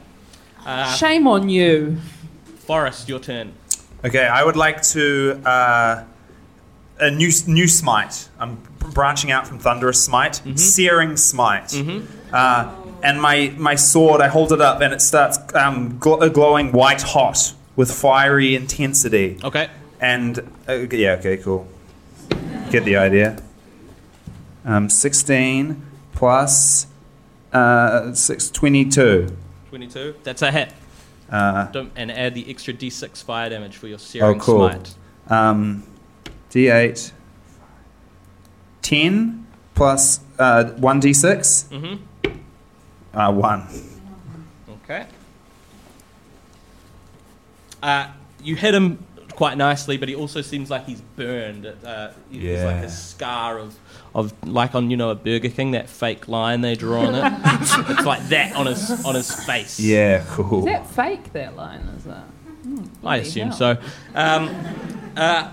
C: Uh,
E: Shame on you.
C: Forrest, your turn.
I: Okay, I would like to uh, a new new smite. I'm branching out from thunderous smite, searing smite, uh, and my my sword. I hold it up, and it starts um, gl- uh, glowing white hot with fiery intensity.
C: Okay,
I: and uh, yeah, okay, cool. Get the idea. Um, sixteen plus uh, six twenty-two.
C: Twenty-two. That's a hit.
I: Uh,
C: Don't, and add the extra d6 fire damage
I: Oh,
C: for your searing smite.
I: Um, D8. 10 plus uh, 1d6.
C: Mhm.
I: Uh, 1.
C: Okay. Uh, you hit him quite nicely, but he also seems like he's burned. Uh, He's like
I: Yeah.
C: a scar of, of like on you know a Burger King that fake line they draw on it. it's like that on his on his face.
I: Yeah, cool.
E: Is that fake? That line is that? Hmm,
C: I
E: bloody
C: assume
E: hell.
C: so. Um, uh,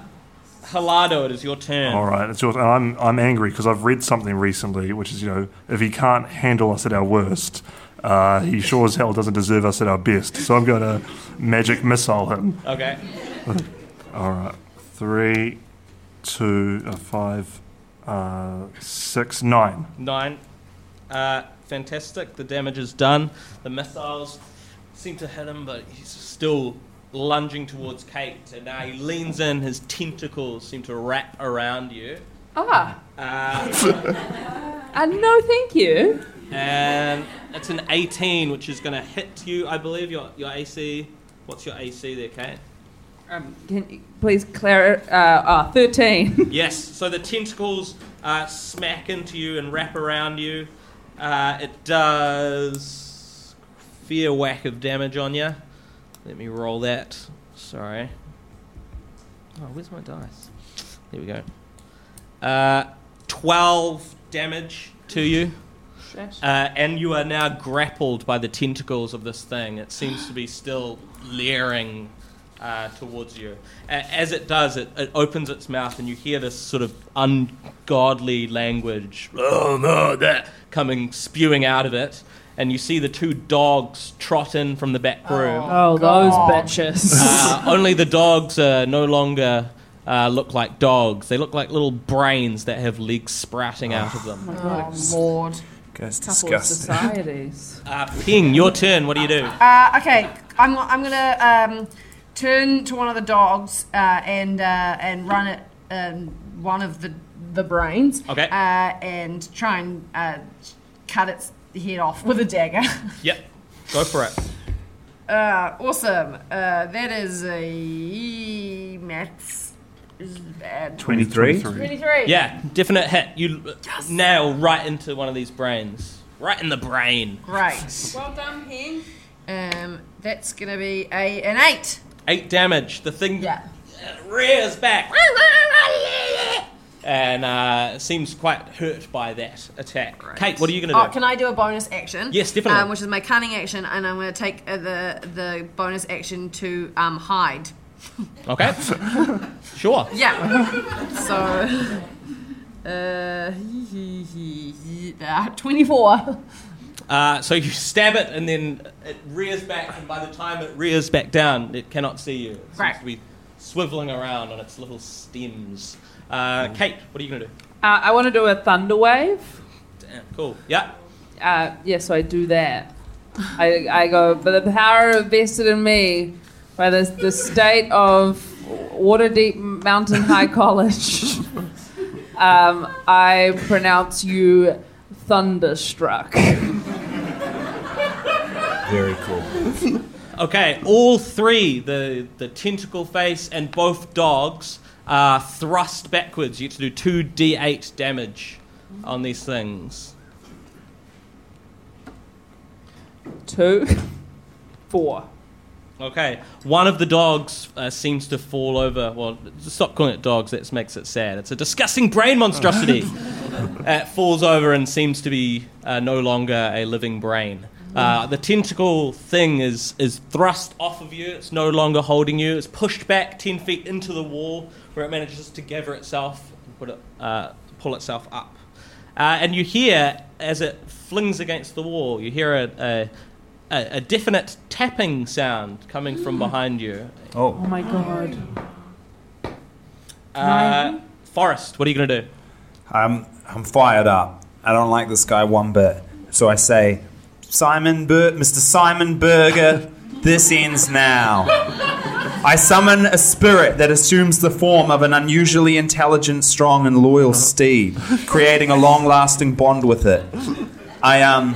C: Halado, it is your turn.
B: All right, it's yours. And I'm, I'm angry because I've read something recently, which is, you know, if he can't handle us at our worst, uh, he sure as hell doesn't deserve us at our best. So I'm going to magic missile him.
C: Okay.
B: All right, three, two, uh, five, uh, six, nine.
C: Nine. Uh, fantastic. The damage is done. The missiles seem to hit him, but he's still lunging towards Kate. And now he leans in. His tentacles seem to wrap around you.
E: Ah,
C: Uh,
E: uh, no, thank you.
C: and that's an 18, which is going to hit you, I believe. Your, your AC. What's your AC there, Kate?
E: Um, can you please clear uh, uh, 13.
C: yes, so the tentacles uh, smack into you and wrap around you. Uh, it does fear whack of damage on you. Let me roll that. Sorry. Oh, where's my dice? There we go. Uh, 12 damage to you.
E: Shit.
C: Uh, and you are now grappled by the tentacles of this thing. It seems to be still leering uh, towards you. A- as it does, it, it opens its mouth, and you hear this sort of ungodly language oh, no, that, coming spewing out of it. And you see the two dogs trot in from the back room.
E: Oh, those bitches.
C: Uh, only the dogs uh, no longer uh, look like dogs. They look like little brains that have legs sprouting out of them.
F: Oh, Lord.
I: Guys,
F: Couple of disgusting.
E: societies.
C: Uh, Ping, your turn. What do you do?
F: Uh, okay, I'm, I'm gonna um, turn to one of the dogs uh, and uh, and run it um, one of the the brains.
C: Okay.
F: Uh, and try and uh, cut its head off with a dagger.
C: Yep, go for it.
F: Uh, awesome. Uh, that is a maths. is bad.
C: 23?
F: 23.
C: Yeah, definite hit. You uh, nail right into one of these brains. Right in the brain.
F: Great.
E: Well done, Ping.
F: Um, that's gonna be a an eight.
C: Eight damage. The thing rears back.
E: Oh,
C: and uh, seems quite hurt by that attack. Kate, what are you going to
F: oh,
C: do?
F: Can I do a bonus action?
C: Yes, definitely.
F: Um, which is my cunning action, and I'm going to take uh, the the bonus action to um, hide.
C: Okay. sure.
F: Yeah. so. Uh, uh, 24.
C: Uh, so you stab it, and then it rears back, and by the time it rears back down, it cannot see you. It seems
E: Right.
C: to be swiveling around on its little stems. Uh, Kate, what are you going to do?
E: Uh, I want to do a thunder wave.
C: Damn, cool. Yeah.
E: Uh, yeah, so I do that. I, I go, but the power vested in me by the, the state of Waterdeep Mountain High College, um, I pronounce you thunderstruck.
I: Very cool.
C: Okay, all three the, the tentacle face and both dogs are thrust backwards. You get to do 2d8 damage on these things.
E: Two, four.
C: Okay, one of the dogs uh, seems to fall over. Well, stop calling it dogs, that makes it sad. It's a disgusting brain monstrosity. uh, falls over and seems to be uh, no longer a living brain. Uh, the tentacle thing is, is thrust off of you, it's no longer holding you. It's pushed back 10 feet into the wall where it manages to gather itself and put it, uh, pull itself up. Uh, and you hear, as it flings against the wall, you hear a, a, a, a definite tapping sound coming from behind you.
I: Oh.
E: Oh my god.
C: Uh, Forrest, what are you going to do?
I: I'm, I'm fired up. I don't like this guy one bit. So I say, Simon Bur- Mr. Simon Berger, this ends now. I summon a spirit that assumes the form of an unusually intelligent, strong, and loyal steed, creating a long lasting bond with it. I, um,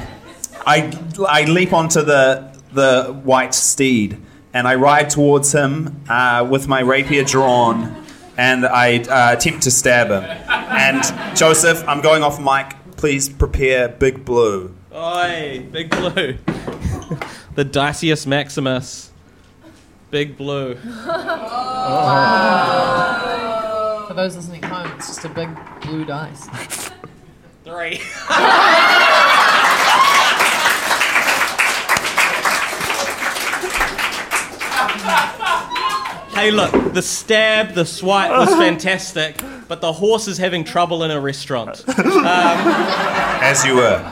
I: I, I leap onto the, the white steed and I ride towards him uh, with my rapier drawn and I uh, attempt to stab him. And Joseph, I'm going off mic. Please prepare Big Blue.
C: Oi, Big Blue. the Dicius Maximus. Big Blue.
F: For those listening at home, it's just a big blue dice.
C: Three. Hey, look, the stab, the swipe was fantastic, but the horse is having trouble in a restaurant.
I: As you were.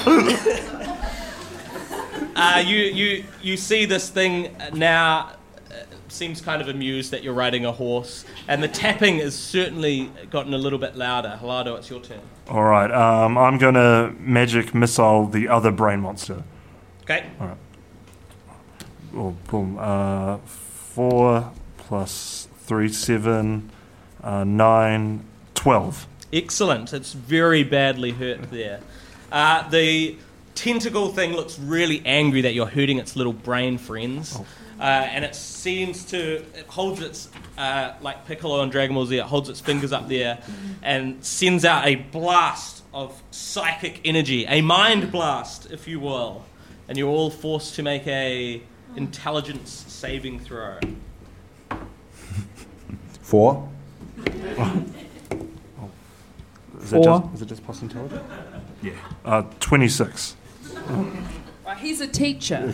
C: Uh, you, you, you see this thing now uh, seems kind of amused that you're riding a horse, and the tapping has certainly gotten a little bit louder. Halado, it's your turn.
B: All right, um, I'm going to magic missile the other brain monster.
C: Okay.
B: All right. Oh, boom. Uh, four plus three, seven, uh, nine, twelve.
C: Excellent. It's very badly hurt there. Uh, the tentacle thing looks really angry that you're hurting its little brain friends. Uh, and it seems to, it holds its, uh, like Piccolo and Dragon Ball Z, it holds its fingers up there and sends out a blast of psychic energy, a mind blast, if you will. And you're all forced to make a intelligence saving throw.
I: Four.
B: Is
E: Four.
B: It just, is it just plus intelligence? Yeah. Uh, 26.
E: Well, he's a teacher.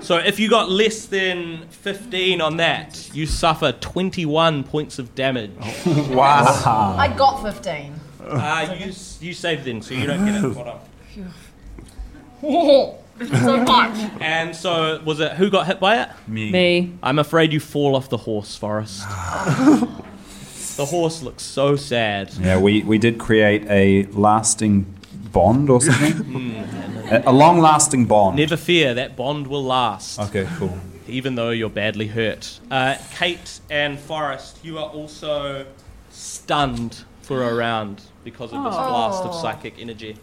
C: So if you got less than 15 on that, you suffer 21 points of damage.
F: I got 15.
C: Uh, you, s- you saved them, so you don't get it. Hold on.
F: so much.
C: And so, was it who got hit by it?
I: Me.
E: Me.
C: I'm afraid you fall off the horse, Forrest. the horse looks so sad.
I: Yeah, we, we did create a lasting bond or something. a, a long lasting bond.
C: Never fear, that bond will last.
I: Okay, cool.
C: Even though you're badly hurt. Uh, Kate and Forrest, you are also stunned for a round because of this
E: Oh.
C: blast of psychic energy.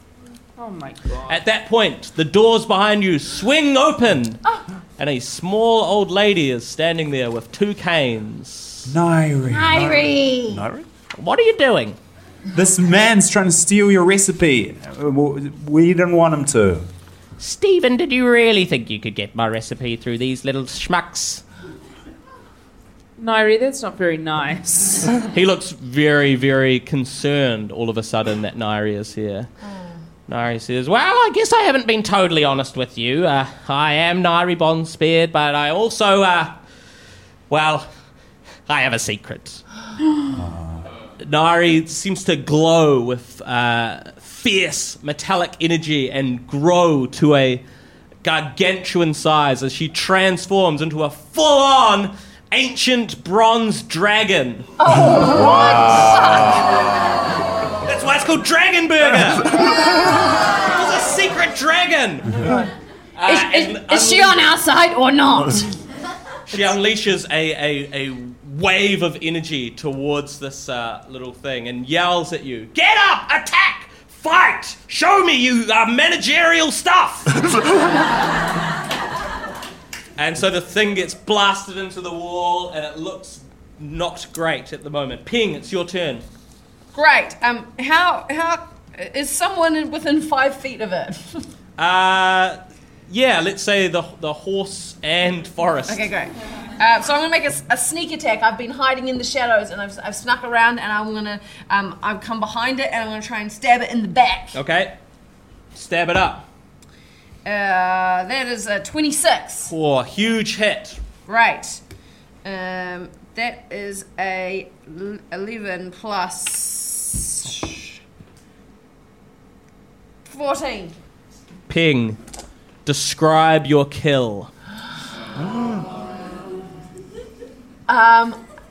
E: Oh my god.
C: At that point, the doors behind you swing open, and a small old lady is standing there with two canes.
I: Nairi.
L: Irie.
C: What are you doing?
I: This man's trying to steal your recipe. Uh, w- We didn't want him to.
C: Stephen, did you really think you could get my recipe through these little schmucks?
E: Nairi, that's not very nice.
C: He looks very, very concerned all of a sudden that Nairi is here. Nairi says, Well, I guess I haven't been totally honest with you. Uh, I am Nairi Bondspear, but I also, uh, well, I have a secret. Nari seems to glow with uh, fierce metallic energy and grow to a gargantuan size as she transforms into a full on ancient bronze dragon. Oh, what? That's why it's called Dragon Burger! it was a secret dragon! Uh,
L: Is,
C: and
L: is, is she on our side or not?
C: she unleashes a, a, a wave of energy towards this uh, little thing and yells at you Get up! Attack! Fight! Show me you uh, managerial stuff! And so the thing gets blasted into the wall, and it looks not great at the moment. Ping, it's your turn.
F: Great. Um, how how is someone within five feet of it?
C: Uh, yeah, let's say the the horse and forest.
F: Okay, great. Uh, so I'm gonna make a, s- a sneak attack. I've been hiding in the shadows, and I've, I've snuck around, and I'm gonna um, I've come behind it, and I'm gonna try and stab it in the back.
C: Okay, stab it up.
F: Uh, that is a 26.
C: For huge hit.
F: Right. Um, that is a l- 11 plus 14.
C: Ping, describe your kill.
F: Um,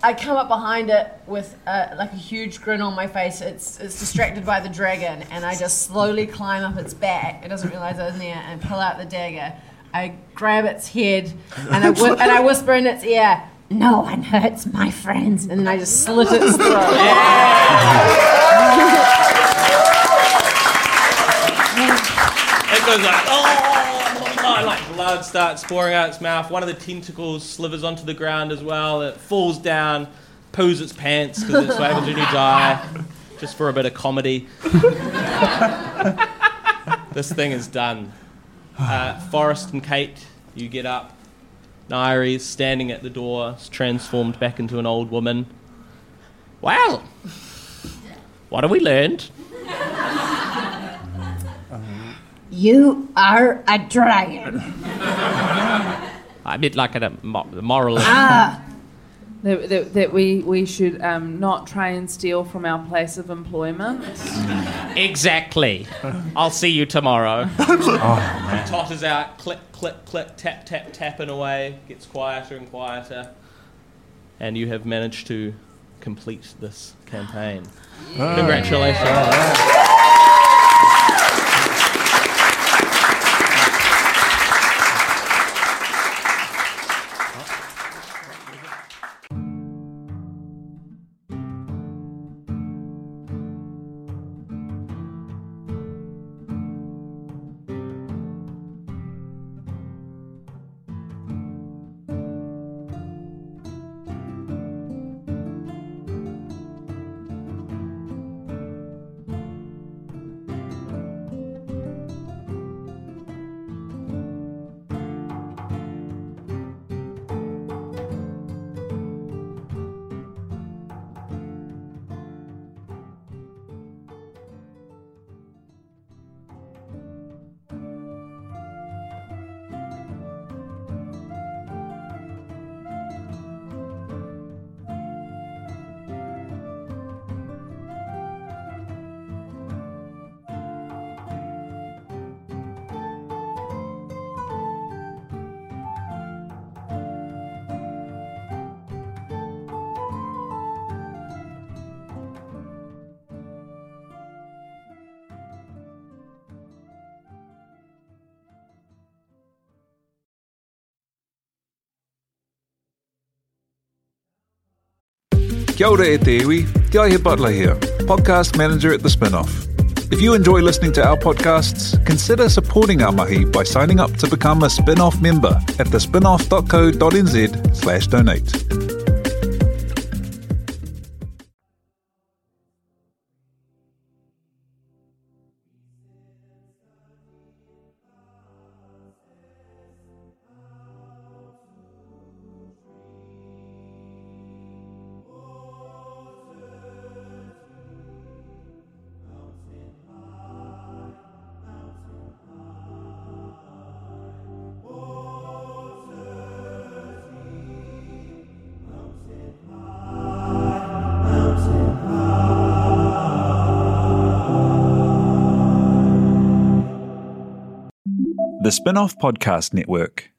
F: I come up behind it with uh, like a huge grin on my face. It's, it's distracted by the dragon, and I just slowly climb up its back. It doesn't realize I'm there, and pull out the dagger. I grab its head, and I, whi- and I whisper in its ear, "No one hurts my friends." And then I just slit its throat.
C: It goes like, oh, oh, like blood starts pouring out its mouth. One of the tentacles slivers onto the ground as well. It falls down, poos its pants because it's able to do die, just for a bit of comedy. this thing is done. Uh, Forrest and Kate, you get up. Nairi's standing at the door, s- transformed back into an old woman. Well, what have we learned?
L: You are a dragon.
C: I mean, like a mo- moral.
E: That, that, that we, we should um, not try and steal from our place of employment.
C: Exactly. I'll see you tomorrow. And totters out, click, click, click, tap, tap, tapping away, gets quieter and quieter. And you have managed to complete this campaign.
G: Yeah.
C: Congratulations.
G: Kia ora e te iwi, Te Aihe Butler here, podcast manager at The Spinoff. If you enjoy listening to our podcasts, consider supporting our mahi by signing up to become a spin-off member at thespinoff.co.nz slash donate. The Spinoff Podcast Network.